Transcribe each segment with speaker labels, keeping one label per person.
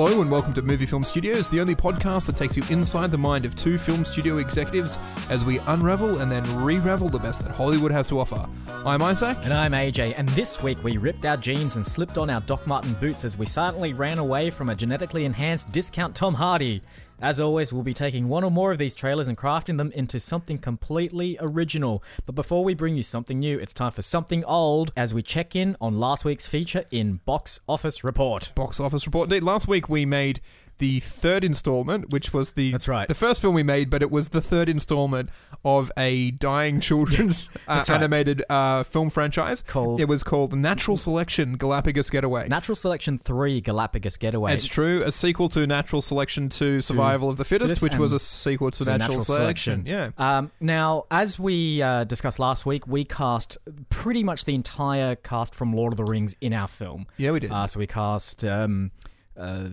Speaker 1: of Movie Film Studios, the only podcast that takes you inside the mind of two film studio executives as we unravel and then re-ravel the best that Hollywood has to offer. I'm Isaac.
Speaker 2: And I'm AJ, and this week we ripped our jeans and slipped on our Doc Martin boots as we silently ran away from a genetically enhanced discount Tom Hardy. As always, we'll be taking one or more of these trailers and crafting them into something completely original. But before we bring you something new, it's time for something old as we check in on last week's feature in Box Office Report.
Speaker 1: Box office report. Indeed, last week we made the third installment, which was the
Speaker 2: That's right.
Speaker 1: the first film we made, but it was the third installment of a dying children's uh,
Speaker 2: right.
Speaker 1: animated uh, film franchise.
Speaker 2: Called-
Speaker 1: it was called Natural Selection: Galapagos Getaway.
Speaker 2: Natural Selection 3 Galapagos Getaway.
Speaker 1: It's true. A sequel to Natural Selection to Survival of the Fittest,
Speaker 2: Fittest
Speaker 1: which was
Speaker 2: and
Speaker 1: a sequel to,
Speaker 2: to
Speaker 1: Natural, Selection. Yeah.
Speaker 2: Um, now, as we uh, discussed last week, we cast pretty much the entire cast from Lord of the Rings in our film.
Speaker 1: Yeah, we did.
Speaker 2: Uh, so we cast um, uh,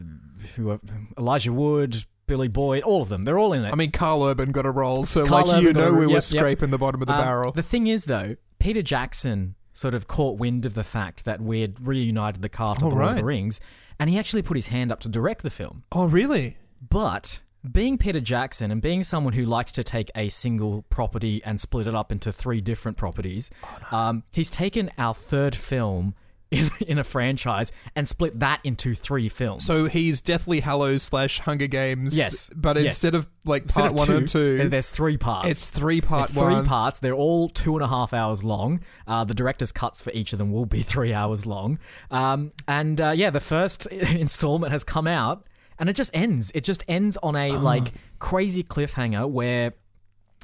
Speaker 2: who, Elijah Wood, Billy Boyd, all of them. They're all in it.
Speaker 1: I mean, Carl Urban got a role, so
Speaker 2: Carl
Speaker 1: like you
Speaker 2: Urban got
Speaker 1: know,
Speaker 2: a-
Speaker 1: we were
Speaker 2: yep, yep.
Speaker 1: scraping the bottom of the
Speaker 2: Um,
Speaker 1: barrel.
Speaker 2: The thing is, though, Peter Jackson sort of caught wind of the fact that we had reunited the cast
Speaker 1: Oh,
Speaker 2: of the Lord of
Speaker 1: right.
Speaker 2: the Rings, and he actually put his hand up to direct the film.
Speaker 1: oh, really?
Speaker 2: But being Peter Jackson and being someone who likes to take a single property and split it up into three different properties, um, he's taken our third film in, in a franchise and split that into three films.
Speaker 1: So he's Deathly Hallows slash Hunger Games.
Speaker 2: Yes.
Speaker 1: But
Speaker 2: Yes.
Speaker 1: instead of like
Speaker 2: Instead
Speaker 1: part
Speaker 2: of
Speaker 1: one
Speaker 2: two,
Speaker 1: and two,
Speaker 2: there's three parts.
Speaker 1: it's three part
Speaker 2: It's
Speaker 1: one.
Speaker 2: three parts. They're all two and a half hours long. Uh, the director's cuts for each of them will be three hours long. Um, and uh, yeah, the first installment has come out, and it just ends. It just ends on
Speaker 1: Ah.
Speaker 2: a like crazy cliffhanger where,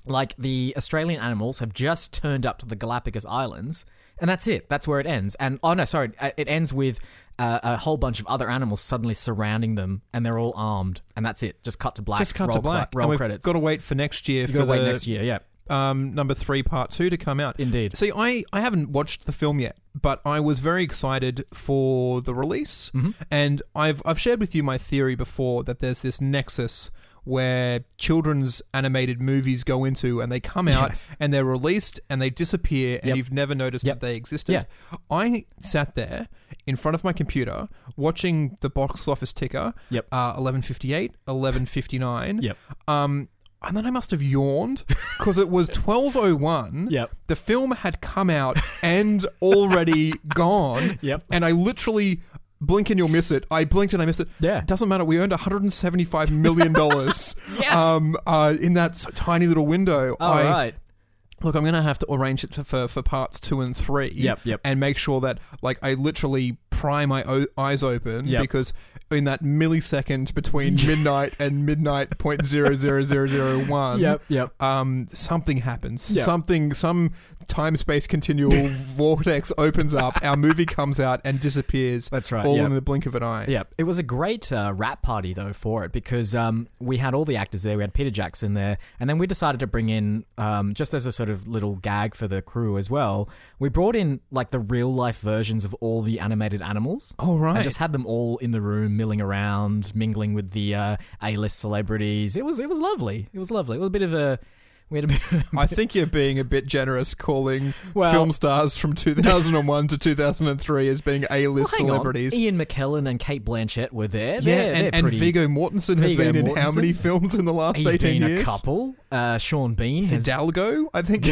Speaker 2: like, the Australian animals have just turned up to the Galapagos Islands. And that's it. That's where it ends. And oh no, sorry, uh, it ends with uh, a whole bunch of other animals suddenly surrounding them, and they're all armed. And that's it. Just cut to black.
Speaker 1: Just cut
Speaker 2: roll
Speaker 1: to black.
Speaker 2: Cla- roll
Speaker 1: and we've
Speaker 2: credits.
Speaker 1: got to wait for next year
Speaker 2: you
Speaker 1: for
Speaker 2: got to wait
Speaker 1: the
Speaker 2: next year. Yeah,
Speaker 1: Um, number three, part two, to come out.
Speaker 2: indeed.
Speaker 1: See, I, I haven't watched the film yet, but I was very excited for the release.
Speaker 2: Mm-hmm.
Speaker 1: And I've, I've shared with you my theory before that there's this nexus where children's animated movies go into and they come out
Speaker 2: Yes.
Speaker 1: and they're released and they disappear and
Speaker 2: Yep.
Speaker 1: you've never noticed
Speaker 2: Yep.
Speaker 1: that they existed.
Speaker 2: Yeah.
Speaker 1: I sat there in front of my computer watching the box office ticker
Speaker 2: Yep.
Speaker 1: uh, 1158, 1159.
Speaker 2: Yep.
Speaker 1: Um, and then I must have yawned because it was 1201.
Speaker 2: Yep.
Speaker 1: The film had come out and already gone.
Speaker 2: Yep.
Speaker 1: And I literally blink and you'll miss it. I blinked and I missed it.
Speaker 2: Yeah.
Speaker 1: Doesn't matter. We earned 175 million dollars.
Speaker 2: Yes.
Speaker 1: Um. Uh. In that s- tiny little window.
Speaker 2: All
Speaker 1: I,
Speaker 2: right.
Speaker 1: Look, I'm gonna have to arrange it to, for for parts two and three.
Speaker 2: Yep, yep.
Speaker 1: And make sure that like I literally pry my o- eyes open
Speaker 2: Yep.
Speaker 1: because in that millisecond between midnight and midnight point zero zero zero zero one.
Speaker 2: Yep, yep.
Speaker 1: Um, something happens.
Speaker 2: Yep.
Speaker 1: Something, some time space continual vortex opens up. Our movie comes out and disappears.
Speaker 2: That's right,
Speaker 1: All
Speaker 2: yep.
Speaker 1: in the blink of an eye.
Speaker 2: Yeah, it was a great uh, rap party though for it because um, we had all the actors there. We had Peter Jackson there, and then we decided to bring in um, just as a sort of little gag for the crew as well. We brought in like the real life versions of all the animated animals.
Speaker 1: All right.
Speaker 2: I just had them all in the room, milling around, mingling with the uh, A-list celebrities. It was it was lovely. It was lovely. It was a bit of a we had a bit
Speaker 1: I think you're being a bit generous calling
Speaker 2: Well-
Speaker 1: film stars from 2001 to 2003 as being A-list
Speaker 2: Hang on,
Speaker 1: celebrities.
Speaker 2: Ian McKellen and Kate Blanchett were there.
Speaker 1: Yeah,
Speaker 2: They're-
Speaker 1: and,
Speaker 2: they're
Speaker 1: and
Speaker 2: pretty-
Speaker 1: Viggo Mortensen has
Speaker 2: Viggo
Speaker 1: been in how
Speaker 2: Mortensen?
Speaker 1: many films in the last
Speaker 2: He's
Speaker 1: 18
Speaker 2: been
Speaker 1: years?
Speaker 2: a couple. Uh, Sean Bean has.
Speaker 1: Hidalgo, I think,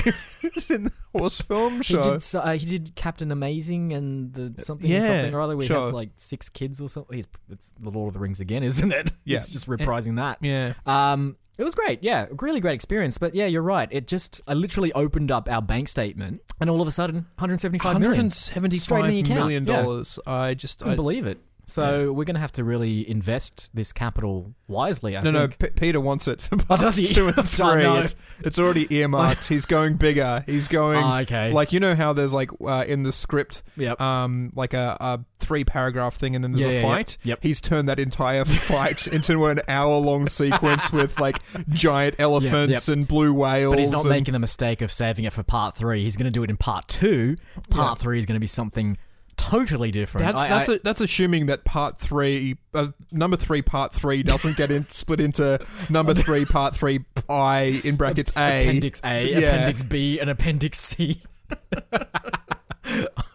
Speaker 1: in the horse film.
Speaker 2: he
Speaker 1: Sure.
Speaker 2: did, so- uh, he did Captain Amazing and the something
Speaker 1: Yeah,
Speaker 2: something or other. We
Speaker 1: sure.
Speaker 2: had like six kids or something. He's, it's the Lord of the Rings again, isn't it?
Speaker 1: Yeah.
Speaker 2: It's just reprising that.
Speaker 1: yeah.
Speaker 2: Um, it was great, yeah, really great experience. But yeah, you're right. It just I literally opened up our bank statement, and all of a sudden, 175 million. Straight in the
Speaker 1: $175
Speaker 2: account,
Speaker 1: million
Speaker 2: yeah.
Speaker 1: dollars. I just.
Speaker 2: Couldn't
Speaker 1: I,
Speaker 2: believe it. So we're gonna have to really invest this capital wisely. I
Speaker 1: no, no,
Speaker 2: think.
Speaker 1: P- Peter wants it for
Speaker 2: Oh,
Speaker 1: parts
Speaker 2: does he?
Speaker 1: two and
Speaker 2: Oh,
Speaker 1: three.
Speaker 2: no.
Speaker 1: It's, it's already earmarked. He's going bigger. He's going.
Speaker 2: Ah, okay.
Speaker 1: Like, you know how there's, like, uh, in the script,
Speaker 2: Yep.
Speaker 1: um, like a, a three paragraph thing and then there's
Speaker 2: Yeah,
Speaker 1: a
Speaker 2: yeah,
Speaker 1: fight.
Speaker 2: yep, yep.
Speaker 1: He's turned that entire fight into an hour long sequence with like giant elephants and blue whales.
Speaker 2: But he's not
Speaker 1: and-
Speaker 2: making the mistake of saving it for part three. He's going to do it in part two. Part three is going to be something totally different.
Speaker 1: that's
Speaker 2: I-
Speaker 1: that's
Speaker 2: I-
Speaker 1: a, that's assuming that part three, uh, number three, part three doesn't get in, split into number three, part three, I in brackets A.
Speaker 2: Appendix A,
Speaker 1: Yeah.
Speaker 2: Appendix B, and Appendix C.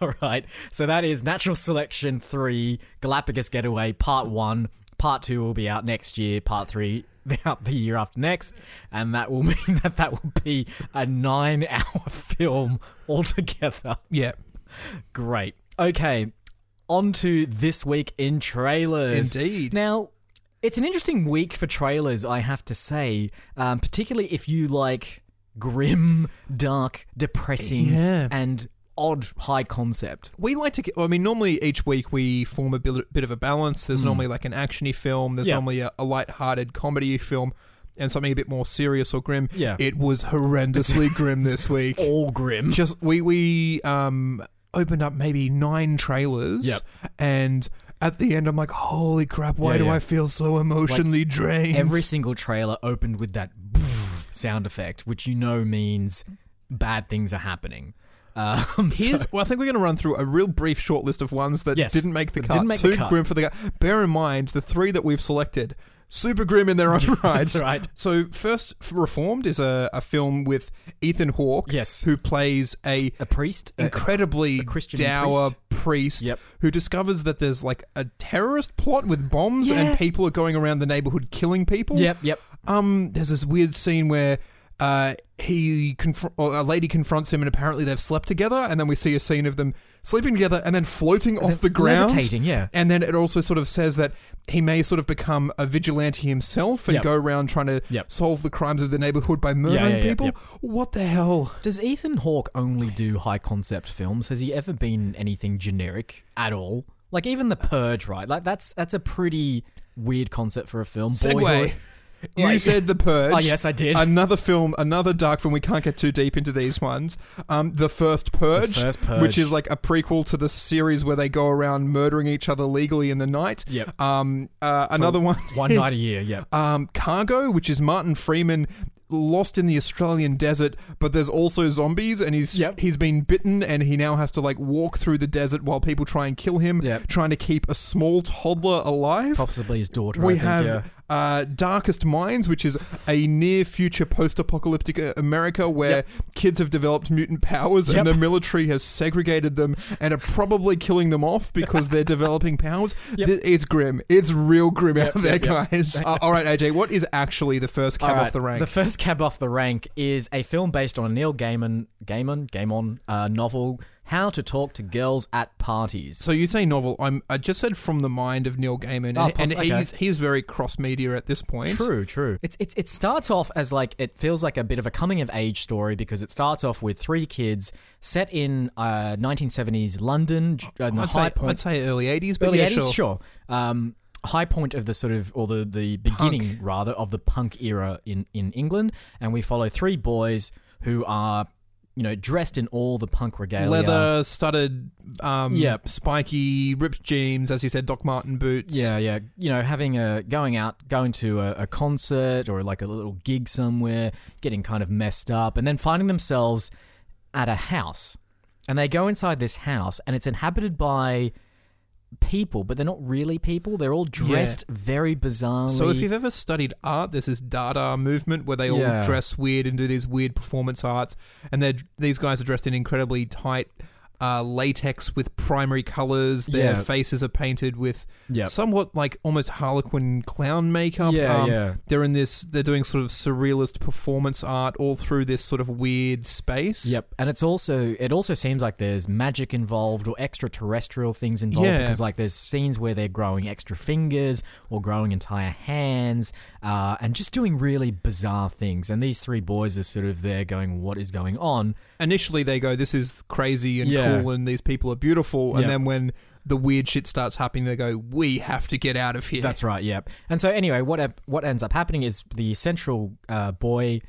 Speaker 2: All right. So that is Natural Selection 3, Galapagos Getaway, Part 1. Part two will be out next year. Part three out the year after next, and that will mean that that will be a nine-hour film altogether.
Speaker 1: Yeah,
Speaker 2: Great. Okay, on to this week in trailers.
Speaker 1: indeed.
Speaker 2: Now, it's an interesting week for trailers, I have to say, um, particularly if you like grim, dark, depressing,
Speaker 1: Yeah.
Speaker 2: and odd high concept.
Speaker 1: we like to. Get, I mean, normally each week we form a bit, bit of a balance. There's normally like an actiony film. There's
Speaker 2: Hmm. Yeah.
Speaker 1: normally a, a light-hearted comedy film, and something a bit more serious or grim.
Speaker 2: Yeah.
Speaker 1: It was horrendously grim this week.
Speaker 2: All grim.
Speaker 1: Just we we um opened up maybe nine trailers.
Speaker 2: Yep.
Speaker 1: And at the end, I'm like, holy crap! Why
Speaker 2: Yeah,
Speaker 1: do
Speaker 2: yeah.
Speaker 1: I feel so emotionally drained?
Speaker 2: Every single trailer opened with that sound effect, which you know means bad things are happening. Um, so-
Speaker 1: Here's, well, I think we're going to run through a real brief short list of ones that
Speaker 2: Yes.
Speaker 1: didn't make the
Speaker 2: That
Speaker 1: cut.
Speaker 2: didn't make
Speaker 1: Too
Speaker 2: the cut.
Speaker 1: grim for the cut. Bear in mind the three that we've selected, super grim in their own right.
Speaker 2: That's right.
Speaker 1: So first, Reformed is a, a film with Ethan Hawke,
Speaker 2: Yes.
Speaker 1: who plays a
Speaker 2: A priest? A-
Speaker 1: incredibly
Speaker 2: a Christian
Speaker 1: dour priest,
Speaker 2: Yep.
Speaker 1: who discovers that there's like a terrorist plot with bombs
Speaker 2: Yeah.
Speaker 1: and people are going around the neighborhood killing people.
Speaker 2: Yep, yep.
Speaker 1: Um, there's this weird scene where uh, he conf- or a lady confronts him, and apparently they've slept together. And then we see a scene of them sleeping together and then floating off the ground.
Speaker 2: Levitating, yeah.
Speaker 1: And then it also sort of says that he may sort of become a vigilante himself and
Speaker 2: Yep.
Speaker 1: go around trying to
Speaker 2: Yep.
Speaker 1: solve the crimes of the neighborhood by murdering
Speaker 2: yeah,
Speaker 1: people.
Speaker 2: yep.
Speaker 1: What the hell?
Speaker 2: Does Ethan Hawke only do high concept films? Has he ever been anything generic at all? Like even The Purge, right? Like that's that's a pretty weird concept for a film.
Speaker 1: Segway.
Speaker 2: Boyhood-
Speaker 1: You
Speaker 2: Like-
Speaker 1: said the purge.
Speaker 2: Oh yes, I did.
Speaker 1: Another film, another dark film. We can't get too deep into these ones. Um, the first purge,
Speaker 2: The First Purge.
Speaker 1: which is like a prequel to the series where they go around murdering each other legally in the night.
Speaker 2: Yep.
Speaker 1: Um, uh, another one,
Speaker 2: One night a year, yeah.
Speaker 1: um, Cargo, which is Martin Freeman lost in the Australian desert, but there's also zombies, and he's
Speaker 2: Yep.
Speaker 1: he's been bitten, and he now has to like walk through the desert while people try and kill him,
Speaker 2: Yep.
Speaker 1: trying to keep a small toddler alive.
Speaker 2: Possibly his daughter. I
Speaker 1: We
Speaker 2: think,
Speaker 1: have
Speaker 2: yeah.
Speaker 1: uh, Darkest Minds, which is a near future post apocalyptic America where
Speaker 2: Yep.
Speaker 1: kids have developed mutant powers
Speaker 2: Yep.
Speaker 1: and the military has segregated them and are probably killing them off because they're developing powers.
Speaker 2: Yep.
Speaker 1: Th- It's grim. It's real grim out
Speaker 2: Yep,
Speaker 1: there,
Speaker 2: yep, yep.
Speaker 1: guys. Uh, all right, AJ, what is actually the first cab
Speaker 2: All
Speaker 1: off
Speaker 2: right,
Speaker 1: the rank?
Speaker 2: The first cab off the rank is a film based on a Neil Gaiman, Gaiman, Gaimon uh, novel, How to Talk to Girls at Parties.
Speaker 1: so you say novel? I'm. I just said from the mind of Neil Gaiman,
Speaker 2: Oh,
Speaker 1: and, and
Speaker 2: poss- okay.
Speaker 1: he's he's very cross media at this point.
Speaker 2: True, true. It, it, it starts off as like, it feels like a bit of a coming of age story because it starts off with three kids set in uh, 1970s London, j- uh, in the
Speaker 1: I'd
Speaker 2: high
Speaker 1: say,
Speaker 2: point.
Speaker 1: I'd say early 80s, but
Speaker 2: early
Speaker 1: yeah,
Speaker 2: 80s,
Speaker 1: sure.
Speaker 2: sure. Um, high point of the sort of, or the, the beginning rather, of the punk era in, in England. And we follow three boys who are, you know, dressed in all the punk regalia.
Speaker 1: leather studded, um,
Speaker 2: Yep.
Speaker 1: spiky, ripped jeans, as you said, Doc Martin boots.
Speaker 2: Yeah, yeah. You know, having a going out, going to a, a concert or like a little gig somewhere, getting kind of messed up, and then finding themselves at a house. And they go inside this house, and it's inhabited by people, but they're not really people. They're all dressed very bizarrely.
Speaker 1: So if you've ever studied art, there's this Dada movement where they
Speaker 2: Yeah.
Speaker 1: all dress weird and do these weird performance arts, and they're these guys are dressed in incredibly tight uh, latex with primary colors. Their
Speaker 2: Yeah.
Speaker 1: faces are painted with
Speaker 2: Yep.
Speaker 1: somewhat like almost Harlequin clown makeup.
Speaker 2: Yeah,
Speaker 1: um,
Speaker 2: yeah.
Speaker 1: They're in this. They're doing sort of surrealist performance art all through this sort of weird space.
Speaker 2: Yep, and it's also it also seems like there's magic involved or extraterrestrial things involved
Speaker 1: Yeah.
Speaker 2: because like there's scenes where they're growing extra fingers or growing entire hands uh, and just doing really bizarre things. And these three boys are sort of there going, "What is going on?"
Speaker 1: initially they go, "This is crazy and
Speaker 2: Yeah.
Speaker 1: cool, and these people are beautiful," and
Speaker 2: Yeah.
Speaker 1: then when the weird shit starts happening, they go, "We have to get out of here."
Speaker 2: That's right. Yep. And so anyway, what ep- what ends up happening is the central uh, boy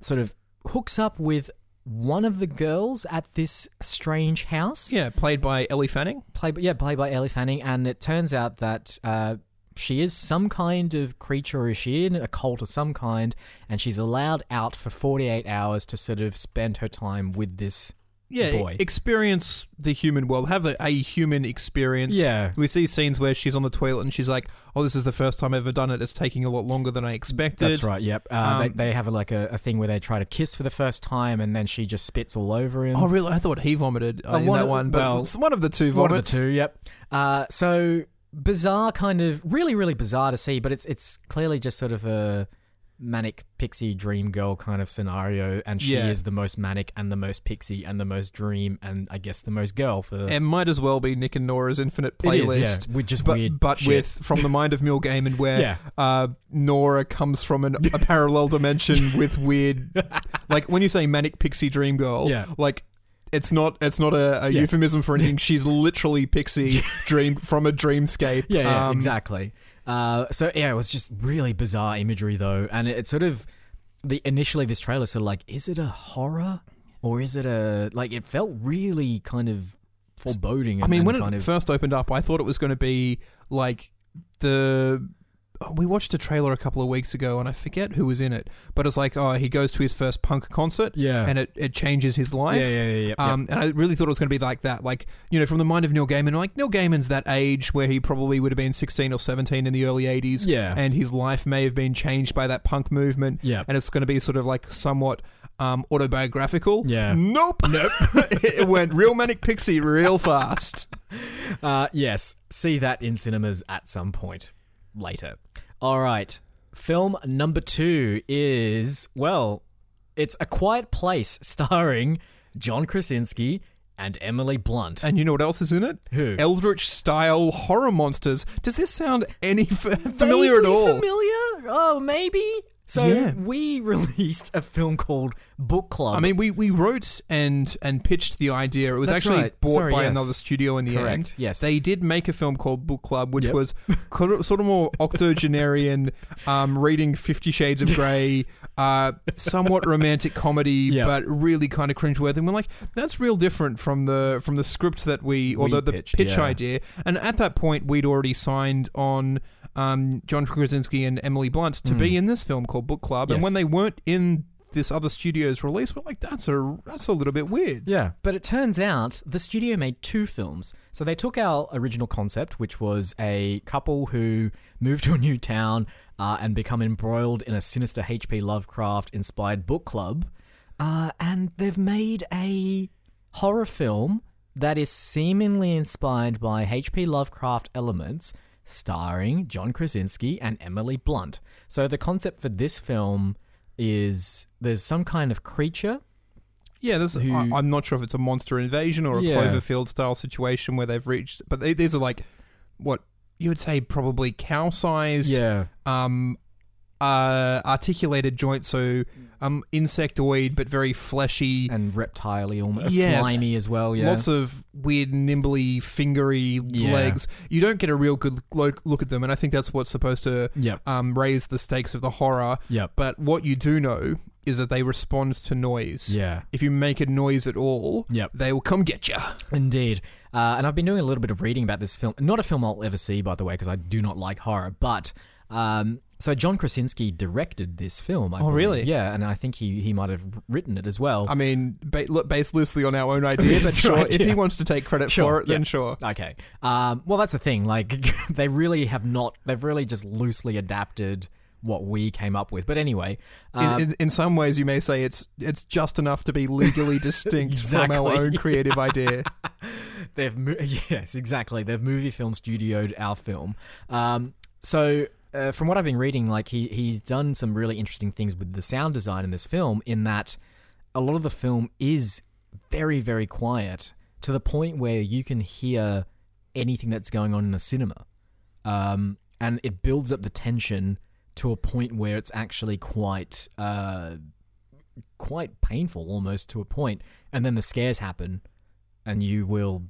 Speaker 2: sort of hooks up with one of the girls at this strange house.
Speaker 1: yeah, played by Ellie Fanning.
Speaker 2: played yeah played by Ellie Fanning, and it turns out that uh, she is some kind of creature, is she in a cult of some kind, and she's allowed out for forty eight hours to sort of spend her time with this.
Speaker 1: Yeah,
Speaker 2: Boy.
Speaker 1: e- experience the human world, have a, a human experience.
Speaker 2: Yeah.
Speaker 1: we see scenes where she's on the toilet and she's like, "Oh, this is the first time I've ever done it. It's taking a lot longer than I expected."
Speaker 2: That's right. Yep. Uh, they, they have a, like a, a thing where they try to kiss for the first time, and then she just spits all over him.
Speaker 1: Oh, really? I thought he vomited uh,
Speaker 2: Uh,
Speaker 1: in
Speaker 2: one
Speaker 1: that
Speaker 2: of-
Speaker 1: one, but
Speaker 2: well,
Speaker 1: it's one of the two
Speaker 2: One of
Speaker 1: vomits.
Speaker 2: the two. Yep. Uh, so bizarre kind of really really bizarre to see but it's it's clearly just sort of a manic pixie dream girl kind of scenario and she
Speaker 1: Yeah.
Speaker 2: is the most manic and the most pixie and the most dream and i guess the most girl for
Speaker 1: It might as well be Nick and Nora's infinite
Speaker 2: It
Speaker 1: playlist.
Speaker 2: is, yeah, with just
Speaker 1: But,
Speaker 2: weird
Speaker 1: but
Speaker 2: shit.
Speaker 1: with from the mind of Neil Gaiman, where
Speaker 2: Yeah.
Speaker 1: uh, Nora comes from an, a parallel dimension with weird, like when you say manic pixie dream girl,
Speaker 2: Yeah.
Speaker 1: like it's not it's not a, a
Speaker 2: Yeah.
Speaker 1: euphemism for anything. She's literally pixie dream from a dreamscape.
Speaker 2: Yeah, yeah
Speaker 1: Um,
Speaker 2: exactly. Uh, so yeah, it was just really bizarre imagery though, and it, it sort of the initially this trailer sort of like, is it a horror or is it a like? It felt really kind of foreboding. And,
Speaker 1: I mean,
Speaker 2: and
Speaker 1: when
Speaker 2: kind
Speaker 1: it
Speaker 2: of,
Speaker 1: first opened up, I thought it was going to be like the. oh, We watched a trailer a couple of weeks ago, and I forget who was in it, but it's like, oh, he goes to his first punk concert,
Speaker 2: yeah,
Speaker 1: and it, it changes his life.
Speaker 2: yeah, yeah, yeah, yeah,
Speaker 1: Um, and I really thought it was going to be like that, like you know, from the mind of Neil Gaiman. Like Neil Gaiman's that age where he probably would have been sixteen or seventeen in the early eighties,
Speaker 2: yeah,
Speaker 1: and his life may have been changed by that punk movement.
Speaker 2: yeah.
Speaker 1: And it's going to be sort of like somewhat um, autobiographical.
Speaker 2: Yeah.
Speaker 1: Nope. Nope. it went real manic pixie real fast.
Speaker 2: Uh, yes, see that in cinemas at some point later. All right, film number two is well, it's A Quiet Place, starring John Krasinski and Emily Blunt.
Speaker 1: And you know what else is in it?
Speaker 2: Who?
Speaker 1: Eldritch style horror monsters. Does this sound any f- familiar at
Speaker 2: Vaguely
Speaker 1: all?
Speaker 2: Familiar? Oh, maybe. So
Speaker 1: Yeah.
Speaker 2: we released a film called Book Club.
Speaker 1: I mean, we, we wrote and and pitched the idea. It was
Speaker 2: That's
Speaker 1: actually
Speaker 2: right.
Speaker 1: bought
Speaker 2: Sorry,
Speaker 1: by
Speaker 2: yes.
Speaker 1: another studio in the
Speaker 2: Correct,
Speaker 1: end.
Speaker 2: yes.
Speaker 1: they did make a film called Book Club, which
Speaker 2: Yep.
Speaker 1: was co- sort of more octogenarian, um, reading Fifty Shades of Grey, uh, somewhat romantic comedy,
Speaker 2: Yeah.
Speaker 1: but really kind of cringeworthy. And we're like, that's real different from the from the script that we or
Speaker 2: We
Speaker 1: the, the
Speaker 2: pitched,
Speaker 1: pitch
Speaker 2: yeah.
Speaker 1: idea. And at that point, we'd already signed on. Um, John Krasinski and Emily Blunt to be in this film called Book Club, and
Speaker 2: Mm. Yes.
Speaker 1: when they weren't in this other studio's release, we're like, that's a that's a little bit weird.
Speaker 2: yeah. But it turns out the studio made two films. So they took our original concept, which was a couple who move to a new town uh, and become embroiled in a sinister H.P. Lovecraft inspired book club. Uh, and they've made a horror film that is seemingly inspired by H.P. Lovecraft elements, starring John Krasinski and Emily Blunt. So the concept for this film is there's some kind of creature.
Speaker 1: Yeah, this,
Speaker 2: Who-
Speaker 1: I, I'm not sure if it's a monster invasion or a
Speaker 2: Yeah.
Speaker 1: Cloverfield style situation where they've reached, but they, these are like what you would say probably cow sized,
Speaker 2: Yeah.
Speaker 1: um, uh, articulated joints, so um, insectoid but very fleshy.
Speaker 2: And reptile almost.
Speaker 1: Yes.
Speaker 2: Slimy as well, Uh, yeah.
Speaker 1: Lots of weird, nimbly, fingery
Speaker 2: Yeah.
Speaker 1: legs. You don't get a real good look, look at them, and I think that's what's supposed to
Speaker 2: Yep.
Speaker 1: um, raise the stakes of the horror.
Speaker 2: Yep.
Speaker 1: But what you do know is that they respond to noise.
Speaker 2: Yeah.
Speaker 1: If you make a noise at all,
Speaker 2: Yep.
Speaker 1: they will come get you.
Speaker 2: Indeed. Uh, and I've been doing a little bit of reading about this film. Not a film I'll ever see, by the way, because I do not like horror. But um, so John Krasinski directed this film. I
Speaker 1: Oh, really?
Speaker 2: Yeah, and I think he, he might have written it as well.
Speaker 1: I mean, ba- look, based loosely on our own idea, but
Speaker 2: That's
Speaker 1: sure,
Speaker 2: right,
Speaker 1: if
Speaker 2: yeah.
Speaker 1: he wants to take credit
Speaker 2: Sure,
Speaker 1: for it, then
Speaker 2: yeah.
Speaker 1: sure.
Speaker 2: okay. Um, well, that's the thing. Like, they really have not. They've really just loosely adapted what we came up with. But anyway,
Speaker 1: In,
Speaker 2: um,
Speaker 1: in, in some ways, you may say it's it's just enough to be legally distinct from
Speaker 2: Exactly.
Speaker 1: our own creative idea.
Speaker 2: They've mo- yes, exactly. They've movie film studioed our film. Um, so uh, from what I've been reading, like he he's done some really interesting things with the sound design in this film. In that a lot of the film is very very quiet to the point where you can hear anything that's going on in the cinema, um, and it builds up the tension to a point where it's actually quite. Uh, quite painful almost to a point and then the scares happen and you will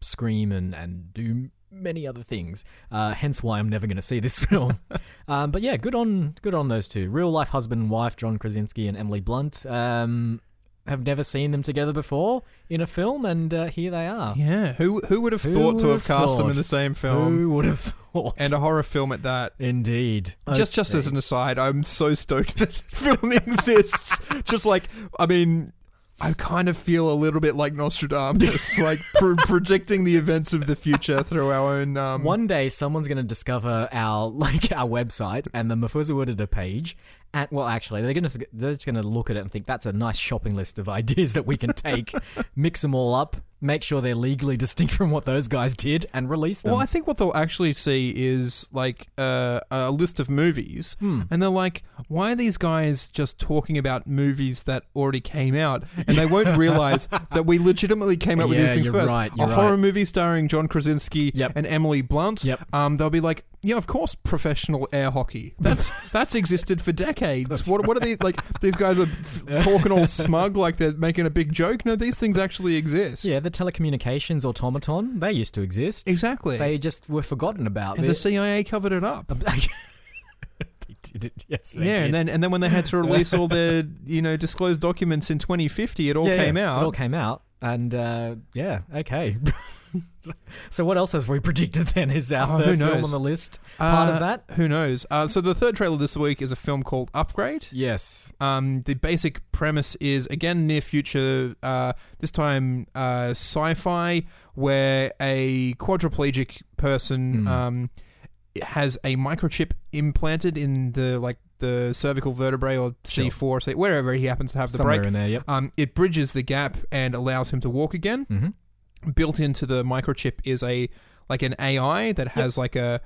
Speaker 2: scream and, and do many other things. Uh, hence why I'm never going to see this film. um, but yeah, good on good on those two. Real life husband and wife, John Krasinski and Emily Blunt. Um, have never seen them together before in a film, and uh, here they are.
Speaker 1: Yeah, who who would have
Speaker 2: Who
Speaker 1: thought to
Speaker 2: would
Speaker 1: have
Speaker 2: have
Speaker 1: cast them
Speaker 2: thought?
Speaker 1: in the same film
Speaker 2: Who would have thought?
Speaker 1: and a horror film at that?
Speaker 2: Indeed.
Speaker 1: Just just as
Speaker 2: Okay.
Speaker 1: an aside, I'm so stoked this film exists. just like I mean, I kind of feel a little bit like Nostradamus, like pre- predicting the events of the future through our own. Um,
Speaker 2: One day, someone's going to discover our like our website and the Mafuza Wooded page, and well, actually, they're gonna they're just gonna look at it and think that's a nice shopping list of ideas that we can take, mix them all up, make sure they're legally distinct from what those guys did, and release them.
Speaker 1: Well, I think what they'll actually see is like uh, a list of movies,
Speaker 2: Hmm.
Speaker 1: and they're like, "Why are these guys just talking about movies that already came out?" And they won't realize that we legitimately came up with
Speaker 2: Yeah,
Speaker 1: these things
Speaker 2: you're
Speaker 1: first.
Speaker 2: right,
Speaker 1: a
Speaker 2: you're
Speaker 1: horror
Speaker 2: right.
Speaker 1: movie starring John Krasinski
Speaker 2: Yep.
Speaker 1: and Emily Blunt.
Speaker 2: Yep.
Speaker 1: Um, they'll be like. Yeah, of course, professional air hockey. That's that's existed for decades. what what are these like? These guys are f- talking all smug, like they're making a big joke. No, these things actually exist.
Speaker 2: yeah, the telecommunications automaton they used to exist.
Speaker 1: exactly.
Speaker 2: They just were forgotten about.
Speaker 1: and
Speaker 2: They-
Speaker 1: the CIA covered it up.
Speaker 2: they did it. Yes, they
Speaker 1: Yeah,
Speaker 2: did.
Speaker 1: and then and then when they had to release all their you know disclosed documents in 2050, it all
Speaker 2: Yeah, yeah,
Speaker 1: came
Speaker 2: It all
Speaker 1: out.
Speaker 2: came out, and uh, yeah, okay. so what else has we predicted then? Is our
Speaker 1: Oh, who
Speaker 2: third film
Speaker 1: knows?
Speaker 2: on the list part
Speaker 1: Uh,
Speaker 2: of that?
Speaker 1: Who knows? Uh, so the third trailer this week is a film called Upgrade.
Speaker 2: Yes.
Speaker 1: Um, the basic premise is again near future. Uh, this time uh, sci-fi, where a quadriplegic person
Speaker 2: Hmm.
Speaker 1: um, has a microchip implanted in the like the cervical vertebrae or
Speaker 2: Sure.
Speaker 1: C4, say wherever he happens to have the
Speaker 2: Somewhere
Speaker 1: break.
Speaker 2: in there. Yep.
Speaker 1: Um, it bridges the gap and allows him to walk again.
Speaker 2: Mhm.
Speaker 1: built into the microchip is a like an AI that has like a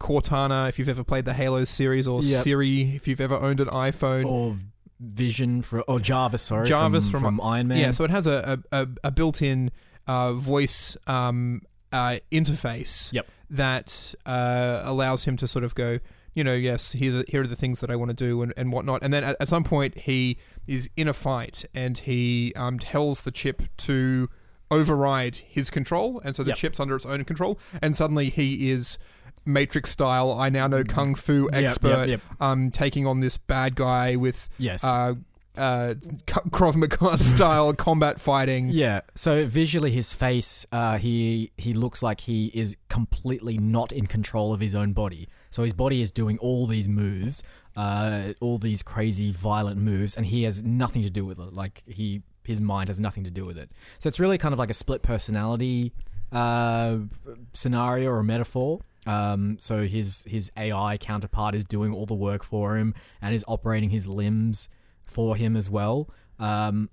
Speaker 1: Cortana if you've ever played the Halo series or
Speaker 2: Yep.
Speaker 1: Siri if you've ever owned an iPhone.
Speaker 2: Or Vision for or Jarvis. Sorry,
Speaker 1: Jarvis
Speaker 2: from,
Speaker 1: from-
Speaker 2: from Iron Man.
Speaker 1: Yeah, so it has a a, a, a built-in uh, voice um, uh, interface
Speaker 2: Yep.
Speaker 1: that uh, allows him to sort of go, you know, yes, here's here are the things that I want to do and, and whatnot. And then at, at some point he is in a fight and he um, tells the chip to override his control, and so the
Speaker 2: Yep.
Speaker 1: chip's under its own control, and suddenly he is. Matrix style, I now know kung fu
Speaker 2: Mm-hmm. Yep, yep,
Speaker 1: expert,
Speaker 2: yep.
Speaker 1: um, taking on this bad guy with
Speaker 2: Yes.
Speaker 1: uh, uh, K- Krav Maga style combat fighting.
Speaker 2: yeah. So visually, his face, uh, he he looks like he is completely not in control of his own body. So his body is doing all these moves, uh, all these crazy violent moves, and he has nothing to do with it. Like he, his mind has nothing to do with it. So it's really kind of like a split personality uh, scenario or metaphor. Um, so his his AI counterpart is doing all the work for him and is operating his limbs for him as well. Um,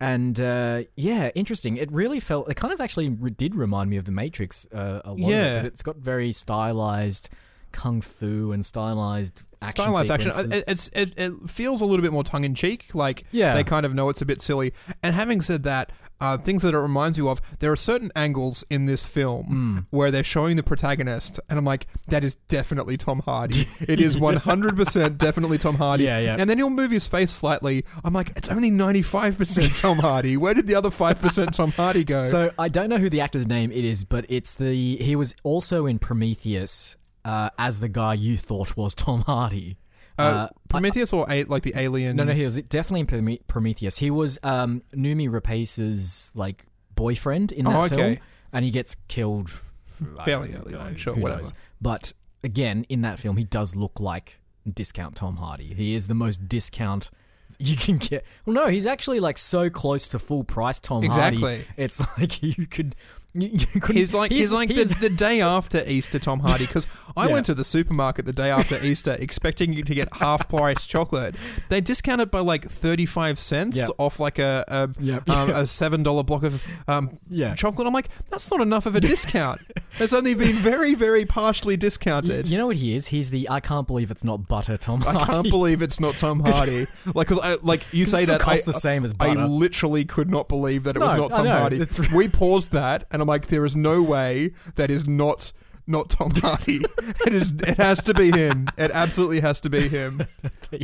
Speaker 2: and uh, yeah, interesting. It really felt. It kind of actually re- did remind me of The Matrix uh, a lot.
Speaker 1: Yeah.
Speaker 2: because it's got very stylized kung fu and stylized action.
Speaker 1: Stylized action. Uh,
Speaker 2: sequences.
Speaker 1: It, it's, it, it feels a little bit more tongue in cheek. Like
Speaker 2: Yeah.
Speaker 1: they kind of know it's a bit silly. And having said that, uh, things that it reminds you of, there are certain angles in this
Speaker 2: Mm. Hmm.
Speaker 1: film where they're showing the protagonist, and I'm like, that is definitely Tom Hardy. It is 100% definitely Tom Hardy.
Speaker 2: Yeah, yeah.
Speaker 1: And then he'll move his face slightly. I'm like, it's only 95% Tom Hardy. Where did the other 5% Tom Hardy go?
Speaker 2: So I don't know who the actor's name it is, but it's the he was also in Prometheus uh, as the guy you thought was Tom Hardy.
Speaker 1: uh, Prometheus or a, like the alien?
Speaker 2: No, no, he was definitely in Prome- Prometheus. He was um, Numi Rapace's like boyfriend in that
Speaker 1: Oh, okay.
Speaker 2: film, and he gets killed f- I
Speaker 1: Fairly
Speaker 2: don't
Speaker 1: early
Speaker 2: know,
Speaker 1: on, sure,
Speaker 2: who
Speaker 1: whatever.
Speaker 2: knows. But again, in that film, he does look like discount Tom Hardy. He is the most discount you can get. Well, no, he's actually like so close to full price Tom Hardy.
Speaker 1: Exactly.
Speaker 2: It's like you could, you, you could.
Speaker 1: He's like he's, like
Speaker 2: he's-
Speaker 1: the, the day after Easter Tom Hardy because I
Speaker 2: Yeah.
Speaker 1: went to the supermarket the day after Easter expecting to get half price chocolate. They discount it by like thirty five cents
Speaker 2: Yeah.
Speaker 1: off like a a,
Speaker 2: Yeah.
Speaker 1: um, a seven dollar block of um,
Speaker 2: Yeah.
Speaker 1: chocolate. I'm like that's not enough of a discount. It's only been very very partially
Speaker 2: You,
Speaker 1: discounted.
Speaker 2: you know what he is? He's the I can't believe it's not butter Tom Hardy.
Speaker 1: I can't believe it's not Tom Hardy. Like, 'cause I, like you
Speaker 2: 'Cause it
Speaker 1: say
Speaker 2: still
Speaker 1: that
Speaker 2: costs
Speaker 1: I,
Speaker 2: the same as
Speaker 1: I
Speaker 2: butter.
Speaker 1: literally could not believe that it was
Speaker 2: No,
Speaker 1: not
Speaker 2: I
Speaker 1: Tom
Speaker 2: know,
Speaker 1: Hardy.
Speaker 2: it's-
Speaker 1: We paused that, and I'm like, there is no way that is not not Tom Hardy. it is. It has to be him. It absolutely has to be him.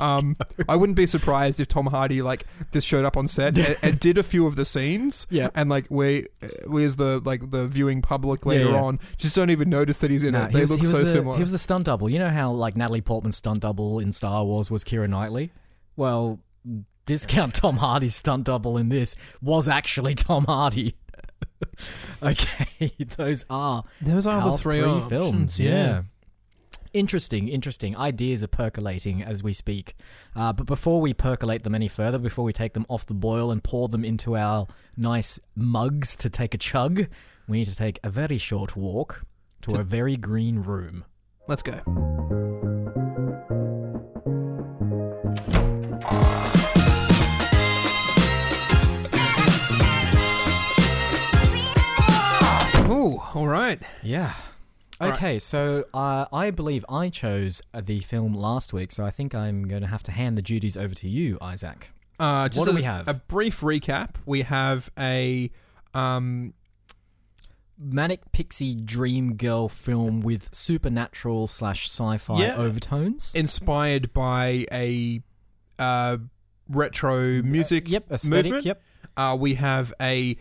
Speaker 1: Um, I wouldn't be surprised if Tom Hardy like just showed up on set and, and did a few of the scenes.
Speaker 2: Yeah.
Speaker 1: and like we we as the like the viewing public later
Speaker 2: yeah.
Speaker 1: on just don't even notice that he's in
Speaker 2: Nah,
Speaker 1: it. They look so
Speaker 2: the,
Speaker 1: similar.
Speaker 2: He was the stunt double. You know how like Natalie Portman's stunt double in Star Wars was Kira Knightley? Well, discount Tom Hardy's stunt double in this was actually Tom Hardy. okay, those are
Speaker 1: Those are
Speaker 2: our
Speaker 1: the three, options,
Speaker 2: films. Interesting, interesting. Ideas are percolating as we speak. Uh, but before we percolate them any further, before we take them off the boil and pour them into our nice mugs to take a chug, we need to take a very short walk to a very green room.
Speaker 1: Let's go. right.
Speaker 2: Yeah.
Speaker 1: All right.
Speaker 2: Okay, so uh, I believe I chose uh, the film last week, so I think I'm going to have to hand the duties over to you, Isaac.
Speaker 1: Uh, just
Speaker 2: What do
Speaker 1: as
Speaker 2: we
Speaker 1: a-
Speaker 2: have?
Speaker 1: A brief recap. We have a um,
Speaker 2: Manic Pixie Dream Girl film with supernatural slash sci-fi
Speaker 1: Yeah.
Speaker 2: overtones.
Speaker 1: inspired by a uh, retro music.
Speaker 2: Uh, yep, aesthetic.
Speaker 1: movement?
Speaker 2: Yep.
Speaker 1: Uh, we have a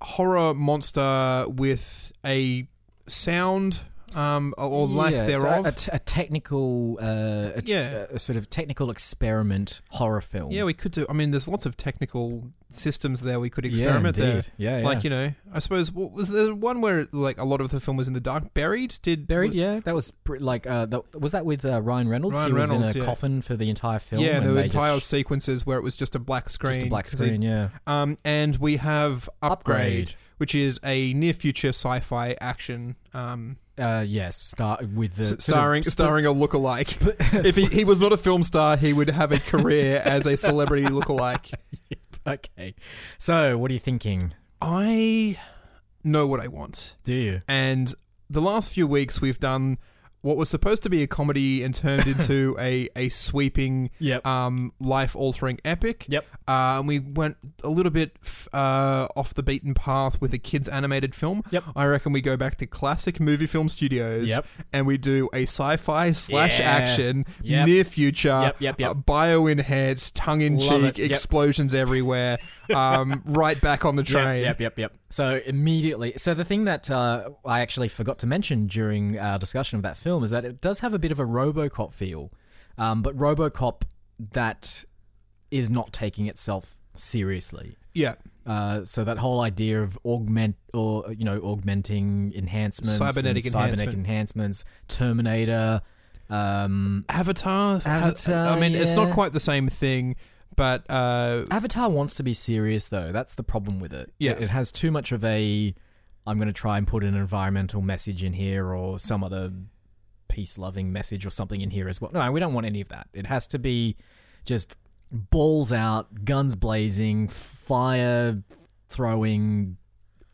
Speaker 1: horror monster with a sound um, or- or lack
Speaker 2: Yeah, so
Speaker 1: thereof.
Speaker 2: a, t- a technical, uh, a, t-
Speaker 1: Yeah.
Speaker 2: a sort of technical experiment horror film.
Speaker 1: yeah, we could do. I mean, there's lots of technical systems there we could experiment
Speaker 2: yeah,
Speaker 1: there.
Speaker 2: indeed. Yeah, yeah.
Speaker 1: Like you know, I suppose what was there one where like a lot of the film was in the dark? Buried did
Speaker 2: Buried, yeah, that was pr- like uh, that, was that with uh, Ryan Reynolds?
Speaker 1: Ryan
Speaker 2: he was
Speaker 1: Reynolds,
Speaker 2: in a
Speaker 1: yeah.
Speaker 2: coffin for the entire film.
Speaker 1: yeah,
Speaker 2: and
Speaker 1: there were
Speaker 2: they just
Speaker 1: entire sequences where it was just a black screen.
Speaker 2: Just a black
Speaker 1: 'cause they-
Speaker 2: screen, yeah.
Speaker 1: Um, and we have Upgrade, which is a near future sci fi action um,
Speaker 2: Uh, yes, star with the
Speaker 1: s-
Speaker 2: sort of
Speaker 1: starring
Speaker 2: split-
Speaker 1: starring a lookalike.
Speaker 2: split-
Speaker 1: If he, he was not a film star, he would have a career as a celebrity lookalike.
Speaker 2: okay. So, what are you thinking?
Speaker 1: I know what I want.
Speaker 2: Do you?
Speaker 1: And the last few weeks, we've done what was supposed to be a comedy and turned into a, a sweeping
Speaker 2: Yep.
Speaker 1: um, life altering epic.
Speaker 2: Yep.
Speaker 1: Uh, and we went a little bit f- uh, off the beaten path with a kids animated film.
Speaker 2: Yep.
Speaker 1: I reckon we go back to classic movie film studios.
Speaker 2: Yep.
Speaker 1: And we do a sci fi slash
Speaker 2: Yeah.
Speaker 1: action
Speaker 2: Yep.
Speaker 1: near future.
Speaker 2: Yep, yep, yep.
Speaker 1: Uh, bio enhanced, tongue in
Speaker 2: Love
Speaker 1: cheek,
Speaker 2: it. Yep.
Speaker 1: explosions everywhere. Um, right back on the train.
Speaker 2: Yep, yep, yep. So immediately, so the thing that uh, I actually forgot to mention during our discussion of that film is that it does have a bit of a RoboCop feel, um, but RoboCop that is not taking itself seriously.
Speaker 1: Yeah.
Speaker 2: Uh, so that whole idea of augment or you know augmenting enhancements,
Speaker 1: Cybernetic
Speaker 2: and cybernetic
Speaker 1: enhancement.
Speaker 2: enhancements, Terminator. Um,
Speaker 1: Avatar. ha-
Speaker 2: Avatar,
Speaker 1: I mean, it's not
Speaker 2: yeah.
Speaker 1: quite the same thing, but uh,
Speaker 2: Avatar wants to be serious though. That's the problem with it.
Speaker 1: Yeah.
Speaker 2: It, it has too much of a I'm going to try and put an environmental message in here or some other peace-loving message or something in here as well. No, we don't want any of that. It has to be just balls out, guns blazing, fire throwing,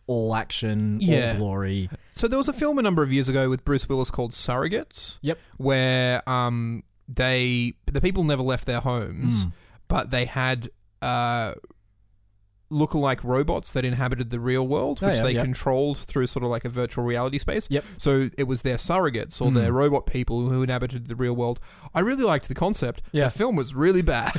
Speaker 2: all action,
Speaker 1: Yeah.
Speaker 2: all glory.
Speaker 1: So there was a film a number of years ago with Bruce Willis called Surrogates.
Speaker 2: Yep.
Speaker 1: Where um they the people never left their homes,
Speaker 2: Mm.
Speaker 1: but they had uh lookalike robots that inhabited the real world,
Speaker 2: Oh,
Speaker 1: which
Speaker 2: yeah,
Speaker 1: they
Speaker 2: yeah.
Speaker 1: controlled through sort of like a virtual reality space.
Speaker 2: Yep.
Speaker 1: So it was their surrogates or
Speaker 2: Mm.
Speaker 1: their robot people who inhabited the real world. I really liked the concept.
Speaker 2: Yeah.
Speaker 1: The film was really bad.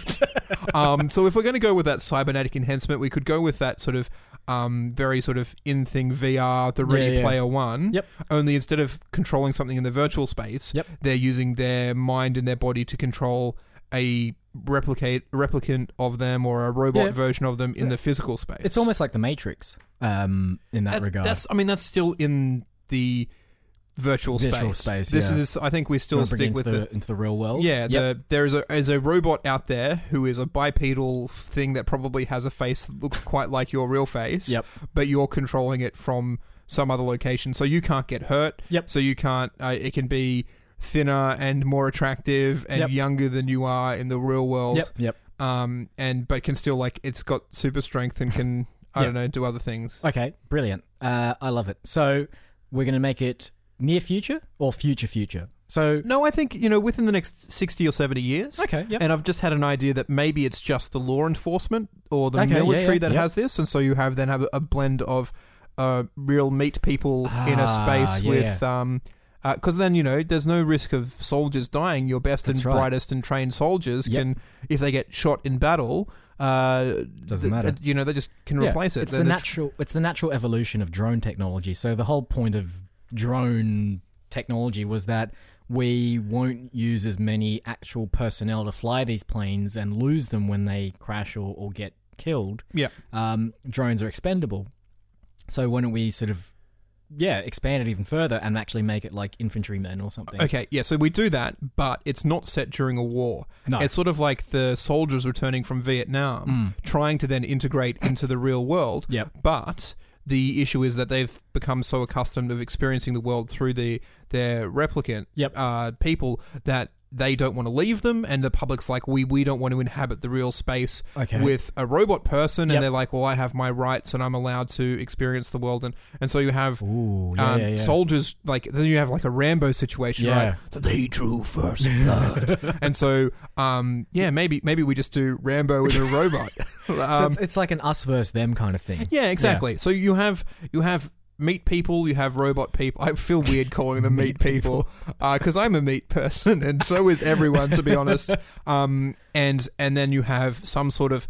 Speaker 1: um, so if we're going to go with that cybernetic enhancement, we could go with that sort of um, very sort of in thing VR, the
Speaker 2: Yeah,
Speaker 1: Ready
Speaker 2: yeah.
Speaker 1: Player One.
Speaker 2: Yep.
Speaker 1: Only instead of controlling something in the virtual space,
Speaker 2: Yep.
Speaker 1: they're using their mind and their body to control a replicate replicant of them or a robot
Speaker 2: Yeah.
Speaker 1: version of them in the physical space.
Speaker 2: It's almost like the Matrix um, in that
Speaker 1: that's,
Speaker 2: regard.
Speaker 1: That's I mean that's still in the virtual,
Speaker 2: Virtual space,
Speaker 1: This
Speaker 2: yeah.
Speaker 1: is I think we
Speaker 2: Do you
Speaker 1: still
Speaker 2: wanna bring
Speaker 1: stick
Speaker 2: it
Speaker 1: with
Speaker 2: into the, into the real world.
Speaker 1: yeah,
Speaker 2: Oh, Yep.
Speaker 1: the, there is a is a robot out there who is a bipedal thing that probably has a face that looks quite like your real face.
Speaker 2: Yep.
Speaker 1: But you're controlling it from some other location, so you can't get hurt.
Speaker 2: Yep.
Speaker 1: So you can't. Uh, it can be thinner and more attractive and
Speaker 2: Yep.
Speaker 1: younger than you are in the real world.
Speaker 2: Yep. Yep.
Speaker 1: Um. And but can still like it's got super strength and can I
Speaker 2: Yep.
Speaker 1: don't know do other things.
Speaker 2: Okay, brilliant. Uh, I love it. So we're going to make it near future or future future. So
Speaker 1: No, I think you know within the next sixty or seventy years.
Speaker 2: okay, yeah,
Speaker 1: And I've just had an idea that maybe it's just the law enforcement or the
Speaker 2: Okay, yeah,
Speaker 1: military
Speaker 2: yeah,
Speaker 1: that
Speaker 2: yeah.
Speaker 1: has this, and so you have then have a blend of uh, real meat people in a
Speaker 2: Ah,
Speaker 1: space
Speaker 2: yeah.
Speaker 1: with um. Because then you know, there's no risk of soldiers dying. Your best
Speaker 2: That's
Speaker 1: and
Speaker 2: right.
Speaker 1: brightest and trained soldiers
Speaker 2: Yep.
Speaker 1: can, if they get shot in battle, uh,
Speaker 2: Doesn't
Speaker 1: th-
Speaker 2: matter.
Speaker 1: th- you know, they just can
Speaker 2: Yeah,
Speaker 1: replace it.
Speaker 2: It's
Speaker 1: They're
Speaker 2: the
Speaker 1: the-
Speaker 2: natural. It's the natural evolution of drone technology. So the whole point of drone technology was that we won't use as many actual personnel to fly these planes and lose them when they crash or, or get killed.
Speaker 1: Yeah.
Speaker 2: Um, drones are expendable. So why don't we sort of, yeah, expand it even further and actually make it like infantrymen or something?
Speaker 1: Okay, yeah, so we do that, but it's not set during a war.
Speaker 2: No.
Speaker 1: It's sort of like the soldiers returning from Vietnam trying to then integrate into the real world.
Speaker 2: Yep.
Speaker 1: But the issue is that they've become so accustomed of experiencing the world through the their replicant
Speaker 2: Yep.
Speaker 1: uh, people that they don't want to leave them, and the public's like, we we don't want to inhabit the real space
Speaker 2: Mm. Okay.
Speaker 1: with a robot person,
Speaker 2: Yep.
Speaker 1: and they're like, well, I have my rights, and I'm allowed to experience the world, and and so you have.
Speaker 2: Ooh, yeah,
Speaker 1: Um,
Speaker 2: yeah, yeah.
Speaker 1: Soldiers like then you have like a Rambo situation,
Speaker 2: Yeah.
Speaker 1: right? That they drew first blood, and so um, yeah, maybe maybe we just do Rambo with a robot.
Speaker 2: so
Speaker 1: Um,
Speaker 2: it's, it's like an us versus them kind of thing.
Speaker 1: yeah, exactly. So you have you have meat people, you have robot people. I feel weird calling them meat people because I'm a meat person, and so is everyone, to be honest. Um, and and then you have some sort of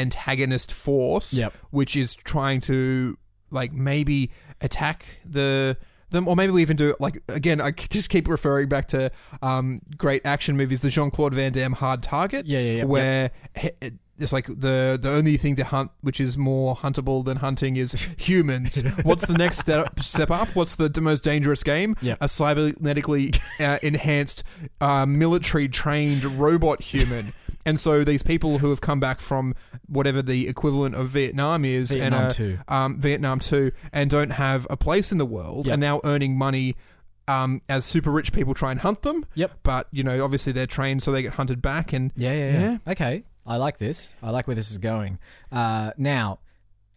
Speaker 1: antagonist force,
Speaker 2: Yep.
Speaker 1: which is trying to like maybe attack the. Them, or maybe we even do like again. I just keep referring back to um, great action movies, the Jean Claude Van Damme Hard Target
Speaker 2: Yeah, yeah, yeah. yeah.
Speaker 1: where he- it's like the the only thing to hunt, which is more huntable than hunting, is humans. What's the next step, step up? What's the, d- most dangerous game?
Speaker 2: Yep.
Speaker 1: A cybernetically uh, enhanced, uh, military trained robot human. And so these people who have come back from whatever the equivalent of Vietnam is,
Speaker 2: Vietnam
Speaker 1: and are,
Speaker 2: too.
Speaker 1: um, Vietnam too, and don't have a place in the world,
Speaker 2: Yep.
Speaker 1: are now earning money um, as super rich people try and hunt them.
Speaker 2: Yep.
Speaker 1: But you know, obviously they're trained, so they get hunted back, and
Speaker 2: Yeah, yeah, yeah. Okay, I like this. I like where this is going. Uh, now,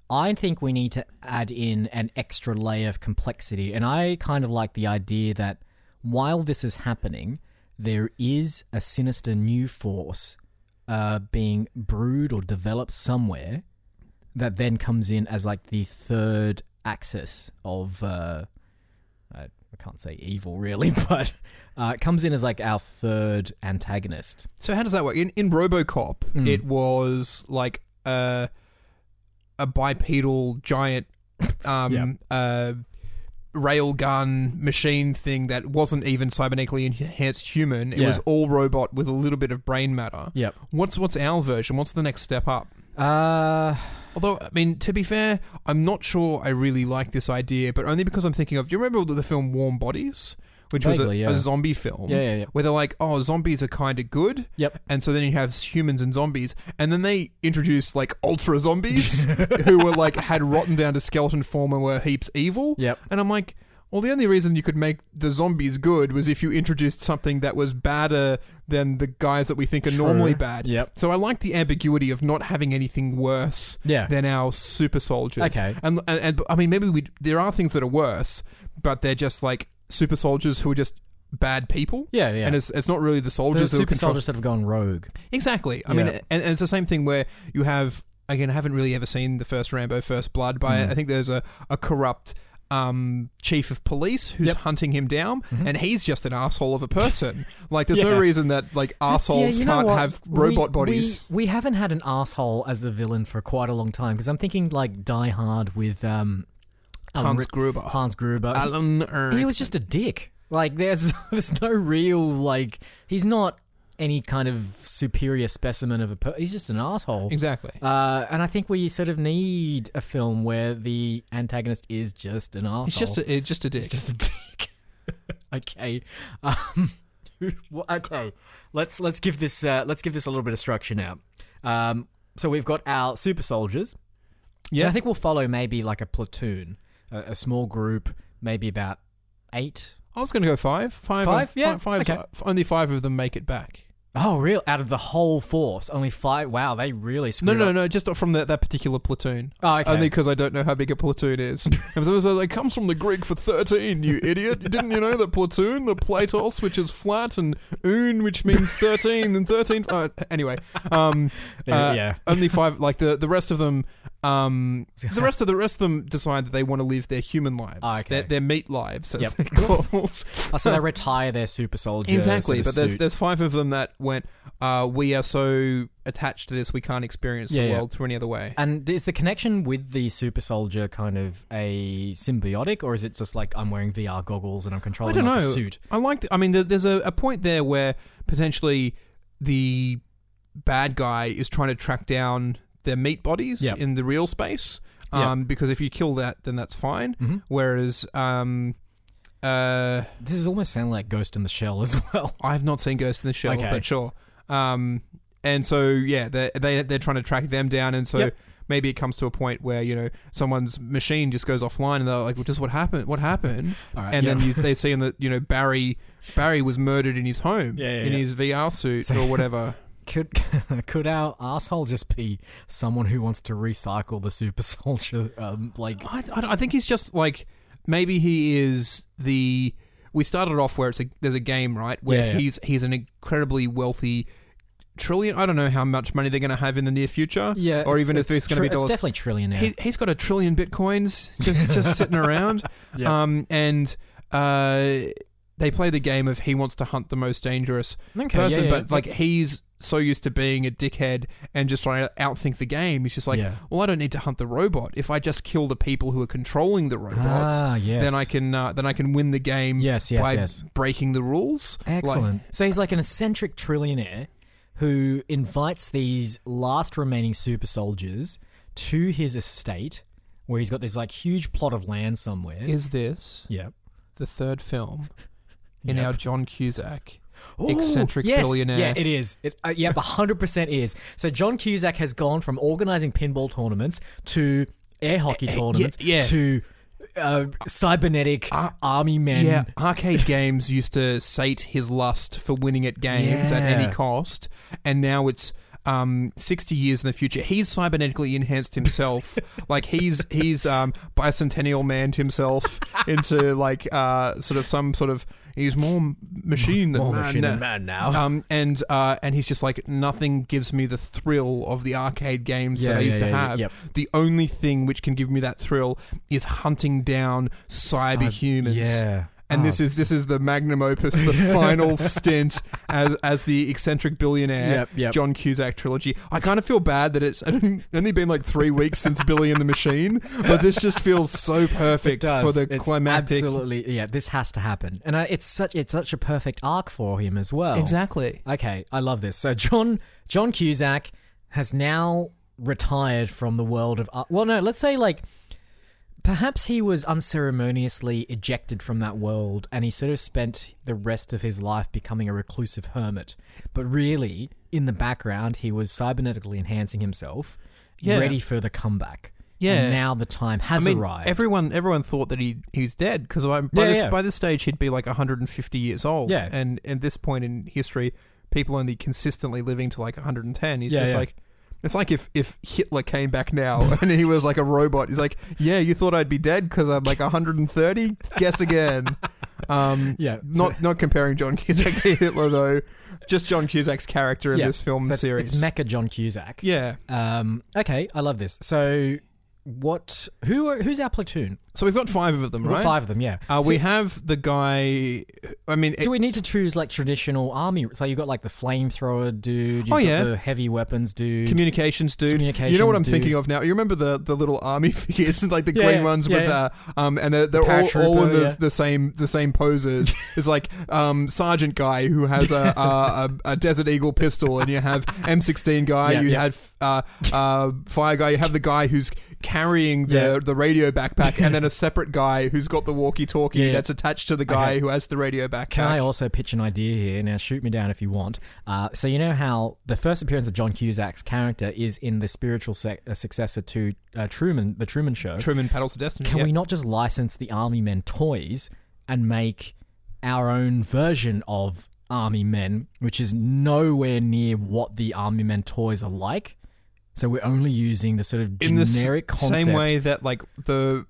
Speaker 2: I think we need to add in an extra layer of complexity, and I kind of like the idea that while this is happening, there is a sinister new force uh, being brewed or developed somewhere that then comes in as like the third axis of. Uh, I I can't say evil really, but uh, it comes in as like our third antagonist.
Speaker 1: So how does that work? In in RoboCop,
Speaker 2: Mm.
Speaker 1: it was like a a bipedal giant um uh railgun machine thing that wasn't even cybernetically enhanced human. It
Speaker 2: Yeah.
Speaker 1: was all robot with a little bit of brain matter.
Speaker 2: Yep.
Speaker 1: What's what's our version? What's the next step up?
Speaker 2: Uh,
Speaker 1: Although I mean, to be fair, I'm not sure I really like this idea, but only because I'm thinking of. Do you remember the film Warm Bodies, which was a,
Speaker 2: Vaguely, yeah.
Speaker 1: a zombie film?
Speaker 2: yeah, yeah, yeah.
Speaker 1: where they're like, oh, zombies are kind of good.
Speaker 2: Yep.
Speaker 1: And so then you have humans and zombies. And then they introduced like ultra zombies who were like, had rotten down to skeleton form and were heaps evil.
Speaker 2: Yep.
Speaker 1: And I'm like, well, the only reason you could make the zombies good was if you introduced something that was badder than the guys that we think are
Speaker 2: True.
Speaker 1: normally bad.
Speaker 2: Yep.
Speaker 1: So I like the ambiguity of not having anything worse
Speaker 2: Yeah.
Speaker 1: than our super soldiers.
Speaker 2: Okay.
Speaker 1: And, and, and I mean, maybe we there are things that are worse, but they're just like super soldiers who are just bad people.
Speaker 2: yeah, yeah.
Speaker 1: And it's, it's not really the
Speaker 2: the
Speaker 1: soldiers who are
Speaker 2: super
Speaker 1: control-
Speaker 2: soldiers that have gone rogue.
Speaker 1: Exactly. I mean,
Speaker 2: Yeah.
Speaker 1: and, and it's the same thing where you have again. I haven't really ever seen the first Rambo, First Blood, but I-
Speaker 2: Mm.
Speaker 1: I think there's a a corrupt um, chief of police who's
Speaker 2: Yep.
Speaker 1: hunting him down,
Speaker 2: Mhm.
Speaker 1: and he's just an asshole of a person. like, there's
Speaker 2: Yeah.
Speaker 1: no reason that like assholes can't have robot bodies.
Speaker 2: We, haven't had an asshole as a villain for quite a long time because I'm thinking like Die Hard with um, Alan
Speaker 1: Hans
Speaker 2: Rick-
Speaker 1: Gruber,
Speaker 2: Hans Gruber.
Speaker 1: Alan
Speaker 2: he, he
Speaker 1: Erck.
Speaker 2: was just a dick. Like there's there's no real like he's not any kind of superior specimen of a per- he's just an asshole.
Speaker 1: Exactly.
Speaker 2: Uh, and I think we sort of need a film where the antagonist is just an asshole.
Speaker 1: It's just a, it's just a dick.
Speaker 2: It's just a dick. okay. Um, well, okay. Let's let's give this uh, let's give this a little bit of structure now. Um, so we've got our super soldiers. And
Speaker 1: yeah.
Speaker 2: I think we'll follow maybe like a platoon, a, a small group, maybe about eight.
Speaker 1: I was going to go five. Five?
Speaker 2: Five? Yeah,
Speaker 1: Five,
Speaker 2: okay.
Speaker 1: only five of them make it back.
Speaker 2: Oh, real? Out of the whole force, only five. Wow, they really
Speaker 1: No,
Speaker 2: screwed
Speaker 1: no,
Speaker 2: up.
Speaker 1: no. Just from that that particular platoon.
Speaker 2: Oh, okay.
Speaker 1: Only because I don't know how big a platoon is. And so it was like, it comes from the Greek for 13, you idiot. Didn't you know the platoon, the platos, which is flat, and un, which means 13, and 13. Uh, anyway, um,
Speaker 2: Yeah,
Speaker 1: uh,
Speaker 2: yeah.
Speaker 1: only five, like the, the rest of them, um, the rest of the rest of them decide that they want to live their human lives,
Speaker 2: Ah, okay.
Speaker 1: their, their meat lives, as
Speaker 2: Yep.
Speaker 1: they're called.
Speaker 2: Oh, so they retire their super soldiers.
Speaker 1: Exactly,
Speaker 2: sort
Speaker 1: but
Speaker 2: of
Speaker 1: there's
Speaker 2: suit.
Speaker 1: there's five of them that went. Uh, we are so attached to this, we can't experience
Speaker 2: Yeah,
Speaker 1: the
Speaker 2: yeah.
Speaker 1: world through any other way.
Speaker 2: And is the connection with the super soldier kind of a symbiotic, or is it just like I'm wearing VR goggles and I'm controlling
Speaker 1: don't
Speaker 2: like, a
Speaker 1: know.
Speaker 2: suit?
Speaker 1: I like. The, I mean, there, there's a, a point there where potentially the bad guy is trying to track down their meat bodies
Speaker 2: Yep.
Speaker 1: in the real space.
Speaker 2: Yep.
Speaker 1: Um, because if you kill that, then that's fine.
Speaker 2: Mhm.
Speaker 1: Whereas, um, uh,
Speaker 2: This is almost sounding like Ghost in the Shell as well.
Speaker 1: I have not seen Ghost in the Shell,
Speaker 2: Okay.
Speaker 1: but sure. Um, and so yeah, they they they're trying to track them down, and so
Speaker 2: Yep.
Speaker 1: maybe it comes to a point where you know someone's machine just goes offline and they're like, well, just what happened? What happened?
Speaker 2: All right,
Speaker 1: and
Speaker 2: yeah.
Speaker 1: then you, they see in that you know Barry Barry was murdered in his home
Speaker 2: Yeah, yeah,
Speaker 1: in
Speaker 2: yeah.
Speaker 1: his VR suit
Speaker 2: So-
Speaker 1: or whatever.
Speaker 2: could could our asshole just be someone who wants to recycle the super soldier? Um, like
Speaker 1: I, I, I think he's just like maybe he is the. We started off where it's a there's a game right where
Speaker 2: Yeah, yeah.
Speaker 1: he's he's an incredibly wealthy trillion. I don't know how much money they're going to have in the near future.
Speaker 2: yeah,
Speaker 1: or even if it's going to be
Speaker 2: tri-
Speaker 1: dollars.
Speaker 2: it's definitely trillionaire.
Speaker 1: He, he's got a trillion bitcoins just just sitting around.
Speaker 2: Yeah.
Speaker 1: Um, and uh, they play the game of he wants to hunt the most dangerous
Speaker 2: Okay, yeah,
Speaker 1: person,
Speaker 2: yeah,
Speaker 1: but like he's so used to being a dickhead and just trying to outthink the game. He's just like,
Speaker 2: Yeah.
Speaker 1: well, I don't need to hunt the robot. If I just kill the people who are controlling the robots,
Speaker 2: ah, yes.
Speaker 1: then I can uh, then I can win the game
Speaker 2: Yes, yes,
Speaker 1: by
Speaker 2: yes.
Speaker 1: breaking the rules. Like-
Speaker 2: Excellent. so he's like an eccentric trillionaire who invites these last remaining super soldiers to his estate where he's got this like huge plot of land somewhere.
Speaker 1: is this
Speaker 2: yeah.
Speaker 1: the third film in
Speaker 2: Yep.
Speaker 1: our John Cusack?
Speaker 2: Ooh,
Speaker 1: eccentric
Speaker 2: yes.
Speaker 1: billionaire.
Speaker 2: Yeah, it is. It, uh, yep, 100% is. So John Cusack has gone from organizing pinball tournaments to air hockey
Speaker 1: eh,
Speaker 2: tournaments
Speaker 1: yeah, yeah.
Speaker 2: to uh, cybernetic
Speaker 1: Uh,
Speaker 2: army men.
Speaker 1: yeah, arcade games used to sate his lust for winning at games at
Speaker 2: Yeah.
Speaker 1: any cost, and now it's um, sixty years in the future. He's cybernetically enhanced himself, like he's he's um, bicentennial manned himself into like uh, sort of some sort of he's more machine than
Speaker 2: More
Speaker 1: man.
Speaker 2: Oh, machine than man now.
Speaker 1: Um, and uh, and he's just like nothing gives me the thrill of the arcade games
Speaker 2: Yeah,
Speaker 1: that I
Speaker 2: yeah,
Speaker 1: used to
Speaker 2: yeah, yeah,
Speaker 1: have.
Speaker 2: yep.
Speaker 1: The only thing which can give me that thrill is hunting down cyber,
Speaker 2: Cyb-
Speaker 1: humans.
Speaker 2: Yeah.
Speaker 1: And
Speaker 2: Oh,
Speaker 1: this is this is the magnum opus, the final stint as as the eccentric billionaire
Speaker 2: Yep, yep.
Speaker 1: John Cusack trilogy. I kind of feel bad that it's only only been like three weeks since Billy and the Machine, but this just feels so
Speaker 2: It
Speaker 1: perfect
Speaker 2: does.
Speaker 1: for the
Speaker 2: It's
Speaker 1: climactic.
Speaker 2: Absolutely, yeah. This has to happen, and uh, it's such it's such a perfect arc for him as well.
Speaker 1: Exactly.
Speaker 2: Okay, I love this. So John John Cusack has now retired from the world of art. Well, no, let's say like perhaps he was unceremoniously ejected from that world, and he sort of spent the rest of his life becoming a reclusive hermit. But really, in the background, he was cybernetically enhancing himself,
Speaker 1: Yeah.
Speaker 2: ready for the comeback.
Speaker 1: Yeah.
Speaker 2: and now the time has
Speaker 1: I mean,
Speaker 2: arrived.
Speaker 1: everyone everyone thought that he he's dead because by
Speaker 2: Yeah,
Speaker 1: this
Speaker 2: yeah.
Speaker 1: by this stage he'd be like 150 years old.
Speaker 2: Yeah.
Speaker 1: And at this point in history, people only consistently living to like 110. He's
Speaker 2: Yeah,
Speaker 1: just
Speaker 2: yeah.
Speaker 1: like. It's like if, if Hitler came back now and he was like a robot. He's like, yeah, you thought I'd be dead because I'm like 130. Guess again. Um,
Speaker 2: yeah, so-
Speaker 1: not not comparing John Cusack to Hitler though. Just John Cusack's character in
Speaker 2: Yeah.
Speaker 1: this film
Speaker 2: So it's,
Speaker 1: series.
Speaker 2: It's Mecha John Cusack.
Speaker 1: yeah.
Speaker 2: Um, okay, I love this. So, what? Who? Are, who's our platoon?
Speaker 1: So we've got five of them,
Speaker 2: We've got
Speaker 1: right?
Speaker 2: Five of them. Yeah.
Speaker 1: Uh,
Speaker 2: so,
Speaker 1: we have the guy. I mean,
Speaker 2: so we need to choose like traditional army. So you got like the flamethrower dude. You
Speaker 1: Oh,
Speaker 2: got
Speaker 1: yeah.
Speaker 2: the heavy weapons dude.
Speaker 1: Communications dude. you know what
Speaker 2: Communications
Speaker 1: I'm
Speaker 2: dude.
Speaker 1: thinking of now? You remember the, the little army figures, like the
Speaker 2: Yeah,
Speaker 1: green
Speaker 2: yeah,
Speaker 1: ones
Speaker 2: yeah,
Speaker 1: with
Speaker 2: yeah.
Speaker 1: Uh, um and they're, they're all, all in
Speaker 2: paratrooper,
Speaker 1: the,
Speaker 2: yeah.
Speaker 1: the same the same poses. it's like um sergeant guy who has a a, a a desert eagle pistol and you have M16 guy,
Speaker 2: Yeah,
Speaker 1: you
Speaker 2: yeah.
Speaker 1: had uh, uh fire guy, you have the guy who's carrying the
Speaker 2: Yeah.
Speaker 1: the radio backpack and then a separate guy who's got the walkie-talkie
Speaker 2: Yeah, yeah.
Speaker 1: that's attached to the guy
Speaker 2: Okay.
Speaker 1: who has the radio backpack.
Speaker 2: Can I also pitch an idea here? Now, shoot me down if you want. Uh, so, you know how the first appearance of John Cusack's character is in the spiritual sec- uh, successor to uh, Truman, the Truman Show.
Speaker 1: Truman pedals to destiny.
Speaker 2: Can
Speaker 1: yeah.
Speaker 2: we not just license the Army Men toys and make our own version of Army Men, which is nowhere near what the Army Men toys are like? So we're only using the sort of
Speaker 1: in the
Speaker 2: generic
Speaker 1: s-
Speaker 2: concept.
Speaker 1: same way that like the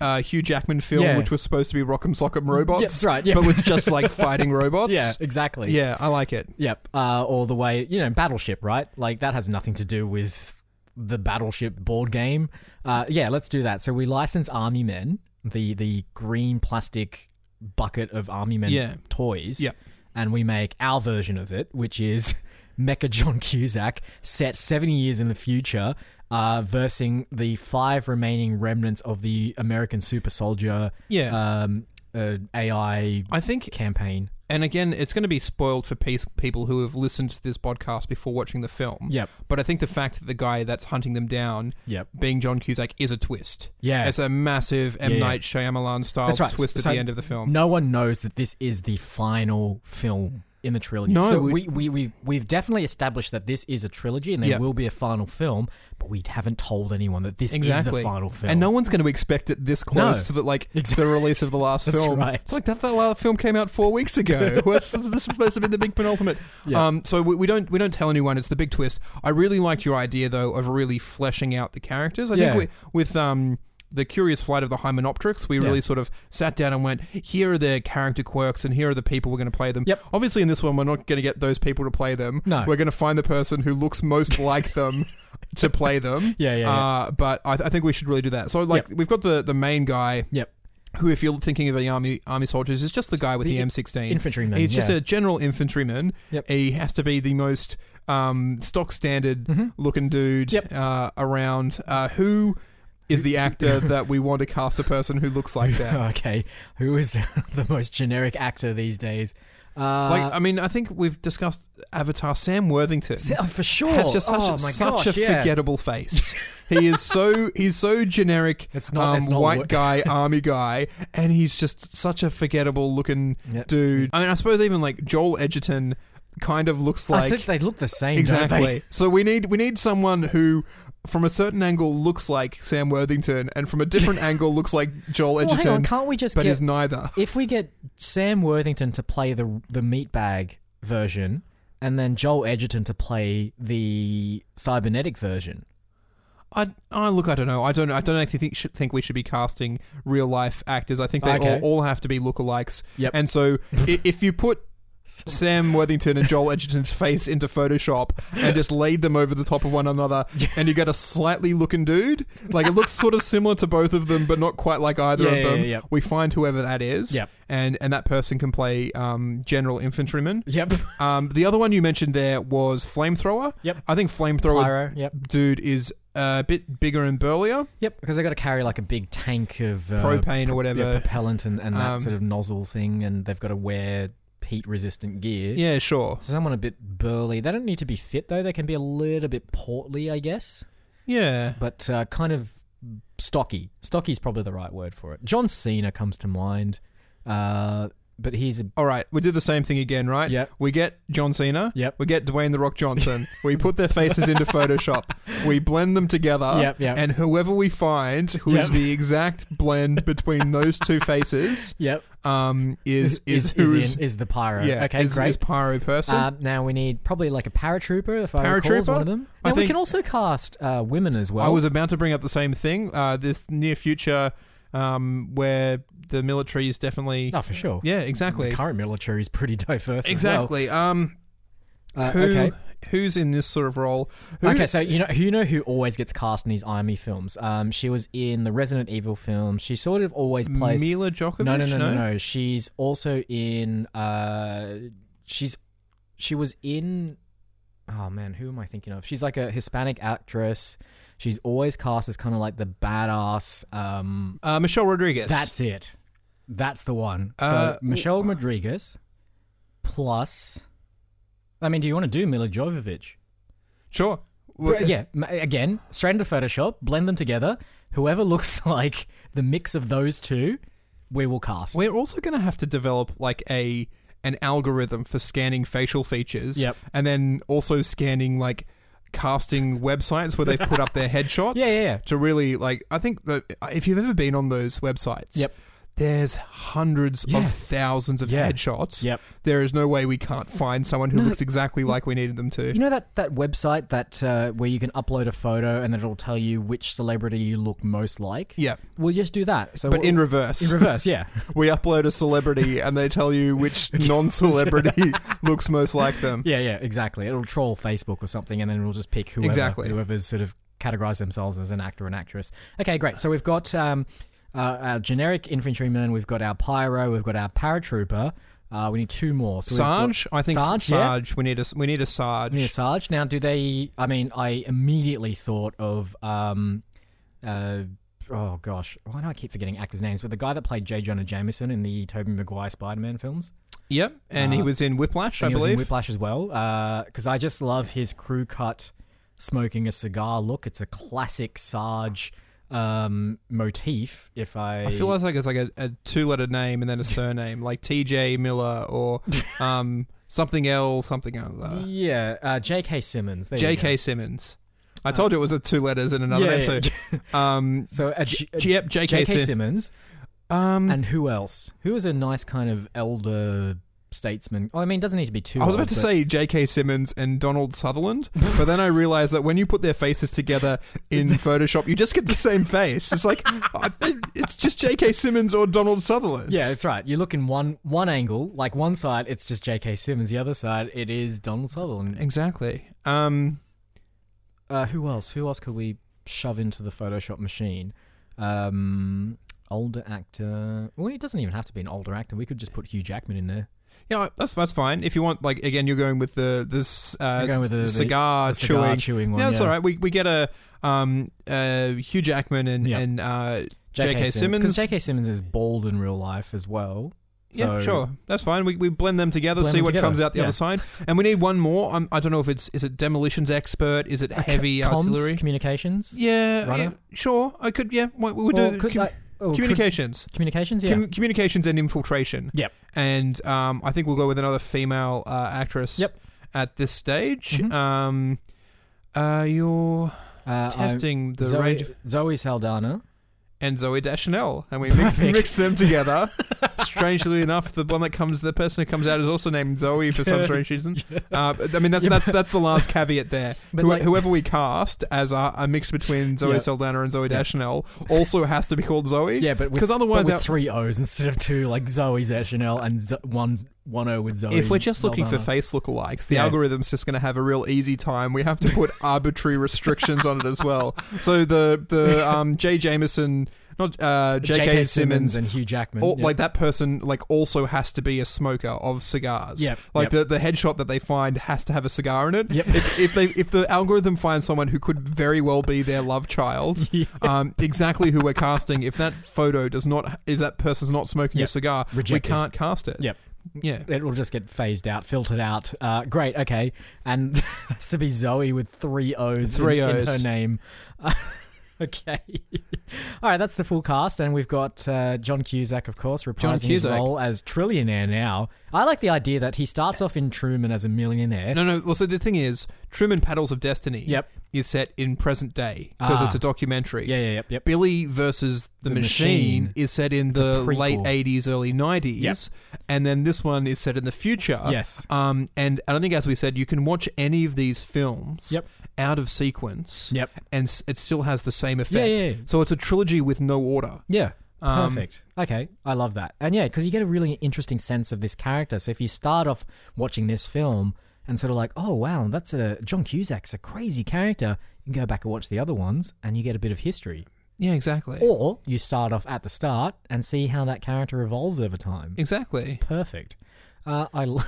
Speaker 1: uh, Hugh Jackman film,
Speaker 2: Yeah.
Speaker 1: which was supposed to be Rock'em Sock'em Robots,
Speaker 2: Yeah, that's right. Yeah.
Speaker 1: but was just like fighting robots.
Speaker 2: yeah, exactly.
Speaker 1: yeah, I like it.
Speaker 2: Yep. Uh, or the way, you know, Battleship, right? Like, that has nothing to do with the Battleship board game. Uh, yeah, let's do that. So we license Army Men, the, the green plastic bucket of Army Men
Speaker 1: Yeah.
Speaker 2: toys.
Speaker 1: Yep.
Speaker 2: And we make our version of it, which is Mecha John Cusack, set 70 years in the future, uh, versing the five remaining remnants of the American super soldier
Speaker 1: Yeah,
Speaker 2: um, uh, AI
Speaker 1: I think,
Speaker 2: campaign.
Speaker 1: and again, it's going to be spoiled for peace, people who have listened to this podcast before watching the film.
Speaker 2: Yep.
Speaker 1: But I think the fact that the guy that's hunting them down,
Speaker 2: Yep.
Speaker 1: being John Cusack, is a twist.
Speaker 2: Yeah.
Speaker 1: It's a massive M
Speaker 2: Yeah, yeah.
Speaker 1: Night Shyamalan style
Speaker 2: That's right.
Speaker 1: twist at
Speaker 2: So-
Speaker 1: the end of the film.
Speaker 2: No one knows that this is the final film. in the trilogy.
Speaker 1: No,
Speaker 2: so
Speaker 1: we-
Speaker 2: we, we, we, we've definitely established that this is a trilogy and there
Speaker 1: Yeah.
Speaker 2: will be a final film, but we haven't told anyone that this
Speaker 1: Exactly.
Speaker 2: is the final film.
Speaker 1: And no one's going to expect it this close
Speaker 2: No.
Speaker 1: to the like
Speaker 2: Exactly.
Speaker 1: the release of the last
Speaker 2: That's
Speaker 1: film.
Speaker 2: right.
Speaker 1: It's like that, that last film came out four weeks ago. What's, this is supposed to be the big penultimate.
Speaker 2: Yeah.
Speaker 1: Um, so we, we don't we don't tell anyone. It's the big twist. I really liked your idea though of really fleshing out the characters. I
Speaker 2: Yeah.
Speaker 1: think we, with um. The Curious Flight of the Hymenopteryx, we
Speaker 2: Yeah.
Speaker 1: really sort of sat down and went, here are their character quirks and here are the people we're going to play them.
Speaker 2: Yep.
Speaker 1: Obviously, in this one, we're not going to get those people to play them.
Speaker 2: No.
Speaker 1: We're going to find the person who looks most like them to play them.
Speaker 2: Yeah, yeah, yeah.
Speaker 1: Uh, but I, I think we should really do that. So, like, we've got the, the main guy
Speaker 2: Yep.
Speaker 1: who, if you're thinking of the army army soldiers, is just the guy with the,
Speaker 2: The
Speaker 1: M16.
Speaker 2: infantryman,
Speaker 1: He's just
Speaker 2: yeah.
Speaker 1: a general infantryman.
Speaker 2: Yep.
Speaker 1: He has to be the most um, stock standard
Speaker 2: Mm-hmm.
Speaker 1: looking dude
Speaker 2: Yep.
Speaker 1: uh, around. Uh, who is the actor that we want to cast a person who looks like that?
Speaker 2: okay. Who is the most generic actor these days? Uh,
Speaker 1: Like, I mean, I think we've discussed Avatar. Sam Worthington
Speaker 2: oh, for sure.
Speaker 1: has just such,
Speaker 2: oh, my
Speaker 1: such
Speaker 2: gosh,
Speaker 1: a
Speaker 2: yeah.
Speaker 1: forgettable face. he is so he's so generic.
Speaker 2: It's not- it's not
Speaker 1: um, white
Speaker 2: wor-
Speaker 1: guy, army guy, and he's just such a forgettable looking
Speaker 2: Yep.
Speaker 1: dude. I mean, I suppose even like Joel Edgerton kind of looks
Speaker 2: I
Speaker 1: like
Speaker 2: think they look the same. don't they?
Speaker 1: exactly. So we need we need someone who. From a certain angle, looks like Sam Worthington, and from a different angle, looks like Joel
Speaker 2: Well, Oh, hang on.
Speaker 1: Edgerton,
Speaker 2: Can't we just
Speaker 1: but
Speaker 2: get
Speaker 1: is neither.
Speaker 2: if we get Sam Worthington to play the the meatbag version, and then Joel Edgerton to play the cybernetic version?
Speaker 1: I, I look, I don't know. I don't. I don't actually think should, think we should be casting real life actors. I think they
Speaker 2: Okay.
Speaker 1: all, all have to be lookalikes.
Speaker 2: Yep.
Speaker 1: And so, i- if you put Sam Worthington and Joel Edgerton's face into Photoshop and just laid them over the top of one another, and you get a slightly looking dude, like it looks sort of similar to both of them, but not quite like either
Speaker 2: Yeah,
Speaker 1: of
Speaker 2: yeah,
Speaker 1: them.
Speaker 2: yeah, yeah.
Speaker 1: We find whoever that is,
Speaker 2: Yep.
Speaker 1: and and that person can play um, general infantryman.
Speaker 2: Yep.
Speaker 1: Um, the other one you mentioned there was flamethrower.
Speaker 2: Yep.
Speaker 1: I think flamethrower
Speaker 2: Pyro. Yep.
Speaker 1: dude is a bit bigger and burlier.
Speaker 2: Yep. Because they got to carry like a big tank of uh,
Speaker 1: Propane or
Speaker 2: pro-
Speaker 1: whatever.
Speaker 2: yeah, propellant, and, and that
Speaker 1: Um,
Speaker 2: sort of nozzle thing, and they've got to wear heat resistant gear.
Speaker 1: Yeah, sure.
Speaker 2: So someone a bit burly. They don't need to be fit though. They can be a little bit portly, I guess,
Speaker 1: Yeah.
Speaker 2: but uh, kind of stocky. Stocky's probably the right word for it. John Cena comes to mind, uh, but he's a
Speaker 1: All right, we did the same thing again, right?
Speaker 2: Yep.
Speaker 1: We get John Cena.
Speaker 2: Yep.
Speaker 1: We get Dwayne the Rock Johnson. we put their faces into Photoshop. We blend them together.
Speaker 2: Yep, yep.
Speaker 1: Uh, And whoever we find, who is
Speaker 2: Yep.
Speaker 1: the exact blend between those two faces,
Speaker 2: yep
Speaker 1: um, is is,
Speaker 2: is,
Speaker 1: who
Speaker 2: in-
Speaker 1: is,
Speaker 2: is the pyro.
Speaker 1: yeah
Speaker 2: okay,
Speaker 1: is,
Speaker 2: great.
Speaker 1: is pyro person.
Speaker 2: uh, now we need probably like a paratrooper, if I recall, is
Speaker 1: Paratrooper?
Speaker 2: one of them.
Speaker 1: I
Speaker 2: Now we
Speaker 1: think-
Speaker 2: can also cast uh, women as well.
Speaker 1: I was about to bring up the same thing. Uh, this near future, um, where the military is definitely.
Speaker 2: oh for sure.
Speaker 1: Yeah,
Speaker 2: The
Speaker 1: exactly.
Speaker 2: current military is pretty diverse.
Speaker 1: Exactly. Um,
Speaker 2: As well. Uh,
Speaker 1: who
Speaker 2: okay.
Speaker 1: who's in this sort of role? Who,
Speaker 2: okay, so you know you know who always gets cast in these army films. Um, she was in the Resident Evil films. She sort of always plays.
Speaker 1: Mila Djokovic?
Speaker 2: no, no, no, no, no. She's also in. Uh, she's she was in. Oh man, who am I thinking of? She's like a Hispanic actress. She's always cast as kind of like the badass. Um,
Speaker 1: Uh, Michelle Rodriguez.
Speaker 2: that's it. That's the one. So
Speaker 1: Uh,
Speaker 2: Michelle Rodriguez plus. I mean, do you want to do Mila Jovovich?
Speaker 1: sure.
Speaker 2: Br- yeah, ma- again, straight into Photoshop, blend them together. Whoever looks like the mix of those two, we will cast.
Speaker 1: We're also going to have to develop like a an algorithm for scanning facial features.
Speaker 2: Yep.
Speaker 1: And then also scanning like casting websites where they've put up their headshots.
Speaker 2: Yeah, yeah, yeah.
Speaker 1: To really like, I think that if you've ever been on those websites.
Speaker 2: Yep.
Speaker 1: There's hundreds
Speaker 2: Yeah.
Speaker 1: of thousands of
Speaker 2: Yeah.
Speaker 1: headshots.
Speaker 2: Yep.
Speaker 1: There is no way we can't find someone who looks exactly like we needed them to.
Speaker 2: You know that that website that uh, where you can upload a photo and then it'll tell you which celebrity you look most like.
Speaker 1: Yeah.
Speaker 2: We'll just do that. So
Speaker 1: But
Speaker 2: we'll-
Speaker 1: in reverse.
Speaker 2: in reverse, yeah.
Speaker 1: we upload a celebrity and they tell you which non-celebrity looks most like them.
Speaker 2: Yeah, yeah, exactly. It'll troll Facebook or something, and then it'll just pick whoever,
Speaker 1: Exactly.
Speaker 2: whoever's sort of categorized themselves as an actor and actress. Okay, great. So we've got um, uh, our generic infantryman, we've got our pyro, we've got our paratrooper. Uh, we need two more. So we've got-
Speaker 1: Sarge, I think Sarge.
Speaker 2: Sarge, yeah.
Speaker 1: We need a we need a Sarge.
Speaker 2: we need a Sarge. Now, do they? I mean, I immediately thought of. Um, uh, oh gosh, why do I keep forgetting actors' names? But the guy that played J. Jonah Jameson in the Tobey Maguire Spider-Man films.
Speaker 1: Yep, and he
Speaker 2: Uh,
Speaker 1: was in Whiplash, I
Speaker 2: and he was in
Speaker 1: believe.
Speaker 2: Whiplash as well. Because I just love his crew cut smoking a cigar look. It's a classic Sarge um, motif. If I,
Speaker 1: I feel like it's like a, a two-letter name and then a surname, like T.J. Miller or um, something else, something else. uh,
Speaker 2: yeah, uh, J.K. Simmons. There you
Speaker 1: J.K. Simmons. I told you it was a two letters in
Speaker 2: go.
Speaker 1: another
Speaker 2: Uh, Yeah, yeah,
Speaker 1: episode. Um,
Speaker 2: So uh,
Speaker 1: J-
Speaker 2: J-
Speaker 1: yep, J.K.
Speaker 2: J.K.
Speaker 1: Sim-
Speaker 2: Simmons.
Speaker 1: Um,
Speaker 2: And who else? Who is a nice kind of elder statesman? Oh, I mean, doesn't need to be too.
Speaker 1: I was
Speaker 2: old,
Speaker 1: about to
Speaker 2: but-
Speaker 1: say J.K. Simmons and Donald Sutherland, but then I realized that when you put their faces together in Photoshop, you just get the same face. It's like I- it's just J.K. Simmons or Donald Sutherland.
Speaker 2: Yeah, that's right. You look in one one angle, like one side, it's just J.K. Simmons. The other side, it is Donald Sutherland.
Speaker 1: exactly. Um,
Speaker 2: Uh, who else? Who else could we shove into the Photoshop machine? Um, older actor. Well, it doesn't even have to be an older actor. We could just put Hugh Jackman in there.
Speaker 1: yeah, that's that's fine. If you want, like again, you're going with the this uh,
Speaker 2: You're going with the- the-
Speaker 1: cigar
Speaker 2: The cigar
Speaker 1: chewing.
Speaker 2: chewing one.
Speaker 1: yeah, Uh, that's
Speaker 2: yeah.
Speaker 1: all right. We we get a um uh Hugh Jackman and
Speaker 2: Yeah.
Speaker 1: and uh
Speaker 2: J.K.
Speaker 1: J.K.
Speaker 2: Simmons.
Speaker 1: Simmons.
Speaker 2: Because J.K. Simmons is bald in real life as well.
Speaker 1: yeah,
Speaker 2: So-
Speaker 1: sure, that's fine. We we blend them together,
Speaker 2: Blend
Speaker 1: see
Speaker 2: them
Speaker 1: what
Speaker 2: together.
Speaker 1: comes out the
Speaker 2: Yeah.
Speaker 1: other side, and we need one more. I'm, I don't know if it's is it demolitions expert, is it heavy
Speaker 2: Comms,
Speaker 1: artillery?
Speaker 2: communications.
Speaker 1: Yeah,
Speaker 2: Runner?
Speaker 1: yeah, sure. I could. Yeah, we we would
Speaker 2: Or
Speaker 1: do
Speaker 2: could,
Speaker 1: com-
Speaker 2: like- oh, could-
Speaker 1: communications,
Speaker 2: communications. Yeah.
Speaker 1: Com- communications, and infiltration.
Speaker 2: Yep.
Speaker 1: And um, I think we'll go with another female uh, actress.
Speaker 2: Yep.
Speaker 1: At this stage,
Speaker 2: Mhm.
Speaker 1: um, uh, you're
Speaker 2: uh, I'm-
Speaker 1: testing the
Speaker 2: Zoe,
Speaker 1: range of
Speaker 2: Zoe Saldana.
Speaker 1: and Zoe Deschanel, and we mix,
Speaker 2: Perfect.
Speaker 1: mix them together. Strangely enough, the one that comes, the person who comes out is also named Zoe for some
Speaker 2: Zoe.
Speaker 1: strange reason. Uh, but, I mean, that's
Speaker 2: Yeah,
Speaker 1: that's that's the last caveat there.
Speaker 2: But
Speaker 1: Who-
Speaker 2: like-
Speaker 1: whoever we cast as a, a mix between Zoe
Speaker 2: Yeah.
Speaker 1: Saldana and Zoe
Speaker 2: Yeah.
Speaker 1: Deschanel also has to be called Zoe.
Speaker 2: Yeah, but with,
Speaker 1: Because
Speaker 2: but
Speaker 1: otherwise, uh,
Speaker 2: with
Speaker 1: our-
Speaker 2: three O's instead of two, like Zoe Chanel and Z- one one O with Zoe.
Speaker 1: if we're just looking for
Speaker 2: Saldana.
Speaker 1: face lookalikes, the
Speaker 2: Yeah.
Speaker 1: algorithm's just going to have a real easy time. We have to put arbitrary restrictions on it as well. So the the um, J. Jameson, not uh, J.K.
Speaker 2: J.K.
Speaker 1: Simmons
Speaker 2: and Hugh Jackman,
Speaker 1: Or,
Speaker 2: yeah.
Speaker 1: Like that person, like also has to be a smoker of cigars.
Speaker 2: Yep,
Speaker 1: Like the, the headshot that they find has to have a cigar in it.
Speaker 2: Yep.
Speaker 1: If, if they if the algorithm finds someone who could very well be their love child,
Speaker 2: Yeah.
Speaker 1: um, exactly who we're casting, if that photo does not is that person's not smoking
Speaker 2: Yep.
Speaker 1: a cigar,
Speaker 2: Rejected.
Speaker 1: we can't cast it.
Speaker 2: Yep.
Speaker 1: Yeah.
Speaker 2: it will just get phased out, filtered out. Uh, great, okay, and it has to be Zoe with three O's,
Speaker 1: Three
Speaker 2: in, in
Speaker 1: O's.
Speaker 2: her name. okay, all right, that's the full cast, and we've got uh, John Cusack, of course, reprising his
Speaker 1: Cusack.
Speaker 2: role as trillionaire. Now, I like the idea that he starts off in Truman as a millionaire.
Speaker 1: No, no. Well, so the thing is, Truman Paddles of Destiny
Speaker 2: Yep.
Speaker 1: is set in present day because
Speaker 2: Ah.
Speaker 1: it's a documentary.
Speaker 2: Yeah, yeah, yep, yep.
Speaker 1: Billy versus the,
Speaker 2: The
Speaker 1: machine,
Speaker 2: Machine.
Speaker 1: is set in
Speaker 2: It's a
Speaker 1: the
Speaker 2: prequel.
Speaker 1: late 80s, early 90s,
Speaker 2: Yep.
Speaker 1: and then this one is set in the future.
Speaker 2: Yes.
Speaker 1: Um, and I don't think, as we said, you can watch any of these films
Speaker 2: Yep.
Speaker 1: out of sequence,
Speaker 2: Yep.
Speaker 1: and s- it still has the same
Speaker 2: Yeah,
Speaker 1: effect.
Speaker 2: yeah, yeah.
Speaker 1: So it's a trilogy with no order.
Speaker 2: Yeah.
Speaker 1: Um,
Speaker 2: Perfect. okay, I love that. And yeah, because you get a really interesting sense of this character. So if you start off watching this film and sort of like, oh wow, that's a John Cusack's a crazy character, you can go back and watch the other ones and you get a bit of history.
Speaker 1: Yeah, exactly.
Speaker 2: Or you start off at the start and see how that character evolves over time.
Speaker 1: exactly.
Speaker 2: Perfect. Uh, I l-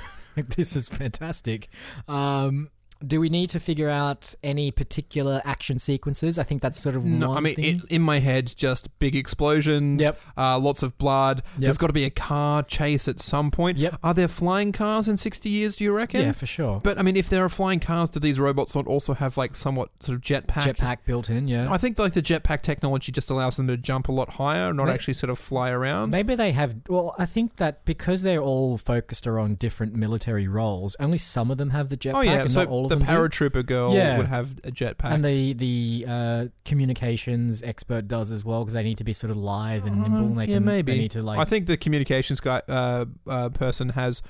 Speaker 2: this is fantastic. Um, do we need to figure out any particular action sequences? I think that's sort of
Speaker 1: No,
Speaker 2: one
Speaker 1: I mean,
Speaker 2: thing.
Speaker 1: it, in my head, just big explosions,
Speaker 2: Yep.
Speaker 1: uh, lots of blood. There's
Speaker 2: Yep.
Speaker 1: got to be a car chase at some point.
Speaker 2: Yep.
Speaker 1: Are there flying cars in 60 years, do you reckon?
Speaker 2: yeah, for sure.
Speaker 1: But I mean, if there are flying cars, do these robots not also have like somewhat sort of jetpack?
Speaker 2: Jetpack built in, yeah.
Speaker 1: I think like the jetpack technology just allows them to jump a lot higher, not
Speaker 2: May-
Speaker 1: actually sort of fly around.
Speaker 2: Maybe they have. Well, I think that because they're all focused around different military roles, only some of them have the jetpack,
Speaker 1: oh yeah,
Speaker 2: and
Speaker 1: so
Speaker 2: not all of
Speaker 1: the
Speaker 2: them do.
Speaker 1: paratrooper girl
Speaker 2: Yeah.
Speaker 1: would have a jetpack.
Speaker 2: And the the uh, communications expert does as well because they need to be sort of lithe and
Speaker 1: Um,
Speaker 2: nimble. And they
Speaker 1: yeah,
Speaker 2: can,
Speaker 1: maybe.
Speaker 2: They need to like.
Speaker 1: I think the communications guy uh, uh, person has,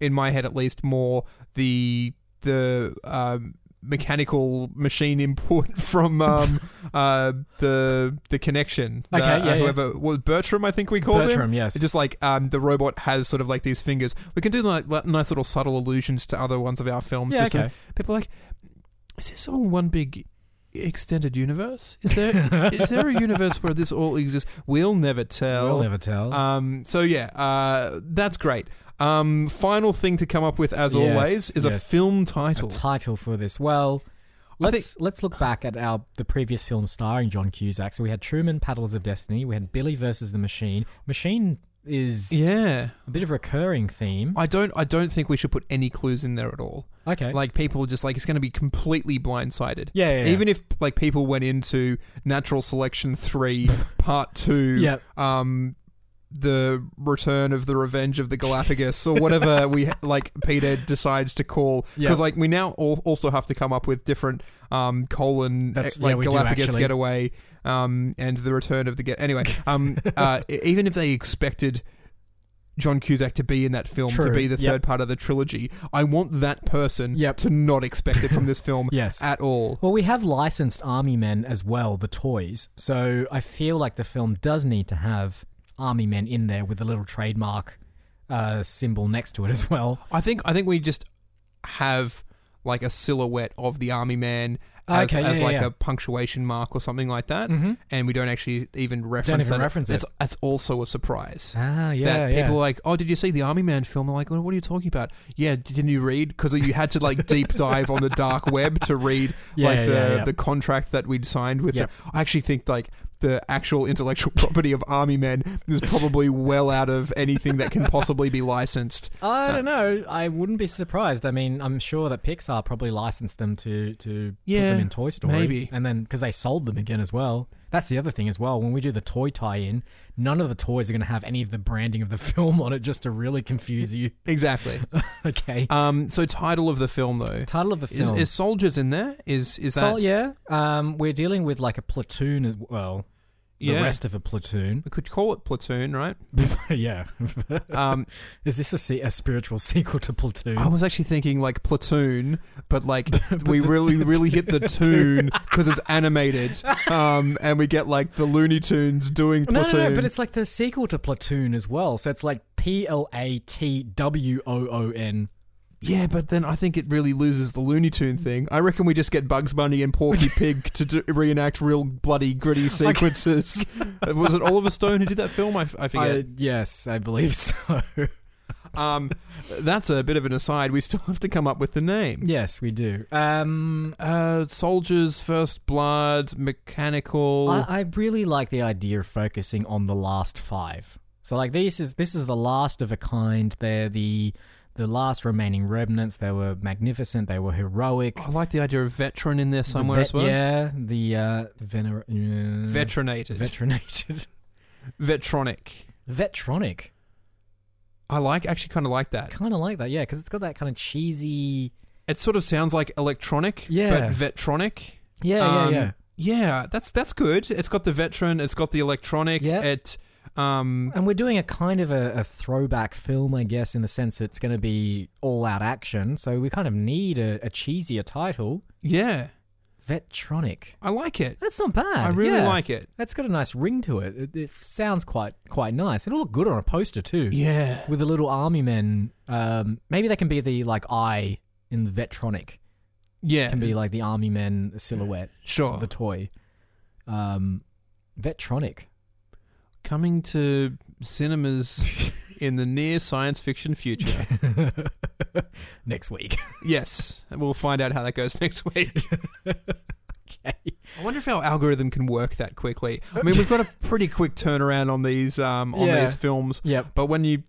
Speaker 1: in my head at least, more the the um, mechanical machine input from um, uh, the the connection.
Speaker 2: Okay,
Speaker 1: Uh,
Speaker 2: yeah, yeah.
Speaker 1: whoever was Bertram, I think we called him.
Speaker 2: Bertram, yes.
Speaker 1: It's just like um, the robot has sort of like these fingers. We can do like li- nice little subtle allusions to other ones of our films.
Speaker 2: yeah,
Speaker 1: just
Speaker 2: okay.
Speaker 1: to- people are like, is this all one big extended universe? Is there is there a universe where this all exists? We'll never tell.
Speaker 2: We'll never tell.
Speaker 1: Um, so yeah, uh, that's great. Um, final thing to come up with, as
Speaker 2: Yes,
Speaker 1: always, is a
Speaker 2: yes.
Speaker 1: film
Speaker 2: a
Speaker 1: title.
Speaker 2: title for this. Well,
Speaker 1: I think-
Speaker 2: let's let's look back at our the previous film starring John Cusack. So we had Truman, Paddles of Destiny. We had Billy versus the Machine. Machine is
Speaker 1: yeah,
Speaker 2: a bit of a recurring theme.
Speaker 1: I don't. I don't think we should put any clues in there at all.
Speaker 2: Okay.
Speaker 1: Like people just like it's going to be completely blindsided.
Speaker 2: yeah, yeah, yeah.
Speaker 1: Even if like people went into Natural Selection Three Part Two,
Speaker 2: Yep.
Speaker 1: um, the return of the revenge of the galapagos or whatever we like peter decides to call because
Speaker 2: Yeah.
Speaker 1: like we now all, also have to come up with different um colon
Speaker 2: That's-
Speaker 1: eh, like
Speaker 2: yeah, we do,
Speaker 1: galapagos
Speaker 2: actually.
Speaker 1: getaway um and the return of the get anyway um uh e- even if they expected John Cusack to be in that film to
Speaker 2: True.
Speaker 1: be the
Speaker 2: Yep.
Speaker 1: third part of the trilogy. I want that person
Speaker 2: Yep.
Speaker 1: to not expect it from this film
Speaker 2: Yes.
Speaker 1: at all.
Speaker 2: Well, we have licensed army men as well, the toys. So I feel like the film does need to have army men in there with a little trademark uh, symbol next to it as well.
Speaker 1: I think I think we just have like a silhouette of the army man as,
Speaker 2: Ah, Okay, yeah,
Speaker 1: as
Speaker 2: yeah,
Speaker 1: like
Speaker 2: yeah.
Speaker 1: a punctuation mark or something like that,
Speaker 2: Mhm.
Speaker 1: and we don't actually even reference.
Speaker 2: even
Speaker 1: that.
Speaker 2: reference it.
Speaker 1: That's, that's also a surprise.
Speaker 2: Ah, yeah,
Speaker 1: that people
Speaker 2: yeah.
Speaker 1: are like, oh, did you see the Army Man film? I'm like, well, what are you talking about? Yeah, didn't you read? Because you had to like deep dive on the dark web to read
Speaker 2: Yeah,
Speaker 1: like
Speaker 2: yeah,
Speaker 1: the
Speaker 2: yeah, yeah.
Speaker 1: the contract that we'd signed with.
Speaker 2: Yeah.
Speaker 1: them. I actually think like the actual intellectual property of Army Men is probably well out of anything that can possibly be licensed.
Speaker 2: I don't know. I wouldn't be surprised. I mean, I'm sure that Pixar probably licensed them to to put
Speaker 1: Yeah,
Speaker 2: them in Toy Story,
Speaker 1: maybe.
Speaker 2: and then because they sold them again as well. That's the other thing as well. When we do the toy tie-in, none of the toys are going to have any of the branding of the film on it, just to really confuse you.
Speaker 1: Exactly.
Speaker 2: okay.
Speaker 1: Um, so title of the film though
Speaker 2: Title of the
Speaker 1: is,
Speaker 2: film
Speaker 1: is soldiers in there? Is is that
Speaker 2: Sol- yeah. Um, we're dealing with like a platoon as well. The
Speaker 1: Yeah.
Speaker 2: rest of a platoon.
Speaker 1: we could call it platoon, right?
Speaker 2: yeah.
Speaker 1: Um,
Speaker 2: Is this a, se- a spiritual sequel to Platoon?
Speaker 1: I was actually thinking like platoon, but like we really really hit the tune because it's animated, um, and we get like the Looney Tunes doing
Speaker 2: no,
Speaker 1: platoon.
Speaker 2: no, no, but it's like the sequel to Platoon as well. So it's like P L A T W O O N.
Speaker 1: yeah, but then I think it really loses the Looney Tune thing. I reckon we just get Bugs Bunny and Porky Pig to do, reenact real bloody gritty sequences. Was it Oliver Stone who did that film? I, f- I forget.
Speaker 2: I- Yes, I believe so.
Speaker 1: Um, that's a bit of an aside. We still have to come up with the name.
Speaker 2: yes, we do. Um,
Speaker 1: Uh, soldiers, first blood, mechanical.
Speaker 2: I, I really like the idea of focusing on the last five. So like this is this is the last of a kind. They're the the last remaining remnants. They were magnificent. They were heroic.
Speaker 1: I like the idea of veteran in there Oh, somewhere
Speaker 2: The
Speaker 1: as well.
Speaker 2: Yeah, the uh, vener- uh,
Speaker 1: Veteranated,
Speaker 2: veterinated,
Speaker 1: vetronic.
Speaker 2: vetronic.
Speaker 1: I like actually kind of like that.
Speaker 2: Kind of like that, yeah, because it's got that kind of cheesy.
Speaker 1: It sort of sounds like electronic,
Speaker 2: Yeah.
Speaker 1: but vetronic.
Speaker 2: Yeah,
Speaker 1: Um, Yeah, that's that's good. It's got the veteran. It's got the electronic.
Speaker 2: Yeah.
Speaker 1: It. Um.
Speaker 2: And we're doing a kind of a, a throwback film, I guess, in the sense it's going to be all out action. So we kind of need a, a cheesier title.
Speaker 1: Yeah,
Speaker 2: Vetronic.
Speaker 1: I like it.
Speaker 2: That's not bad.
Speaker 1: I really
Speaker 2: yeah.
Speaker 1: like it.
Speaker 2: That's got a nice ring to it. It, it sounds quite quite nice. It'll look good on a poster too.
Speaker 1: Yeah.
Speaker 2: With the little army men, um, maybe they can be the like eye in the Vetronic.
Speaker 1: Yeah.
Speaker 2: Can be like the army men silhouette,
Speaker 1: sure.
Speaker 2: of the toy. Um, Vetronic.
Speaker 1: Coming to cinemas in the near science fiction future.
Speaker 2: next week.
Speaker 1: yes, we'll find out how that goes next week.
Speaker 2: Okay.
Speaker 1: I wonder if our algorithm can work that quickly. I mean, we've got a pretty quick turnaround on these um, on
Speaker 2: Yeah.
Speaker 1: these films,
Speaker 2: Yep.
Speaker 1: but when you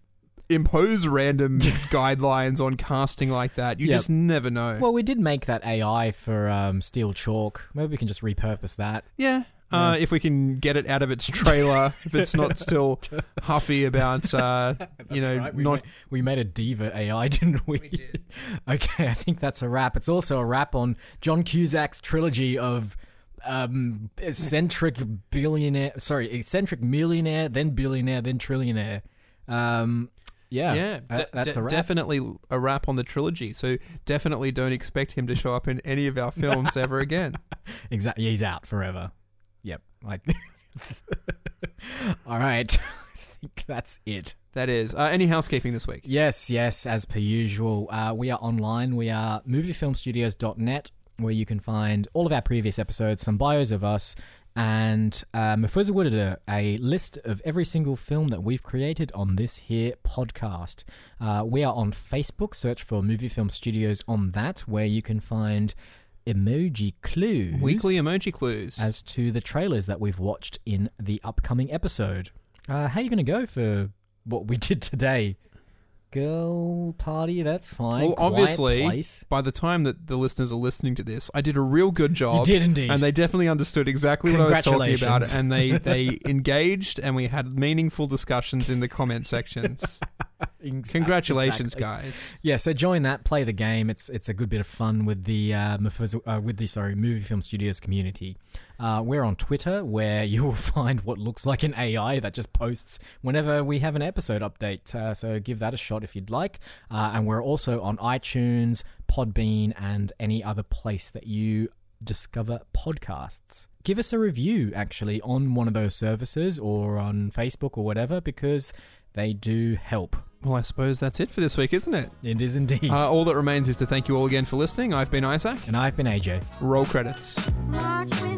Speaker 1: impose random guidelines on casting like that, you
Speaker 2: Yep.
Speaker 1: just never know.
Speaker 2: Well, we did make that AI for um, Steel Chalk. Maybe we can just repurpose that.
Speaker 1: yeah. Uh, if we can get it out of its trailer, if it's not still huffy about, uh, you know,
Speaker 2: we,
Speaker 1: not.
Speaker 2: made, we made a diva AI, didn't we? We did. okay, I think that's a wrap. It's also a wrap on John Cusack's trilogy of um, eccentric billionaire. Sorry, eccentric millionaire, then billionaire, then trillionaire. Um, yeah,
Speaker 1: Yeah,
Speaker 2: uh,
Speaker 1: de-
Speaker 2: that's
Speaker 1: de-
Speaker 2: a wrap.
Speaker 1: definitely a wrap on the trilogy. So definitely don't expect him to show up in any of our films ever again.
Speaker 2: Exactly. He's out forever. Yep. Like. All right. I think that's it.
Speaker 1: That is. Uh, any housekeeping this week?
Speaker 2: Yes, yes, as per usual. Uh, we are online. We are moviefilmstudios.net, where you can find all of our previous episodes, some bios of us, and uh, Mafuza Woodada, a list of every single film that we've created on this here podcast. Uh, we are on Facebook. Search for Movie Film Studios on that, where you can find emoji clues
Speaker 1: Weekly emoji clues.
Speaker 2: as to the trailers that we've watched in the upcoming episode. Uh, how are you going to go for what we did today? girl party. That's fine.
Speaker 1: Well,
Speaker 2: Quiet
Speaker 1: obviously,
Speaker 2: place.
Speaker 1: by the time that the listeners are listening to this, I did a real good job.
Speaker 2: you did indeed.
Speaker 1: And they definitely understood exactly what I was talking about,
Speaker 2: Congratulations.
Speaker 1: and they they engaged, and we had meaningful discussions in the comment sections.
Speaker 2: Exact-
Speaker 1: Congratulations,
Speaker 2: exactly.
Speaker 1: guys!
Speaker 2: Yeah, so join that, play the game. It's it's a good bit of fun with the uh, Mephiz- uh, with the sorry movie film studios community. Uh, we're on Twitter, where you will find what looks like an AI that just posts whenever we have an episode update. Uh, so give that a shot if you'd like. Uh, and we're also on iTunes, Podbean, and any other place that you discover podcasts. Give us a review actually on one of those services or on Facebook or whatever because they do help.
Speaker 1: Well, I suppose that's it for this week, isn't it?
Speaker 2: It is indeed.
Speaker 1: Uh, all that remains is to thank you all again for listening. I've been Isaac.
Speaker 2: and I've been AJ.
Speaker 1: Roll credits.
Speaker 3: Watch me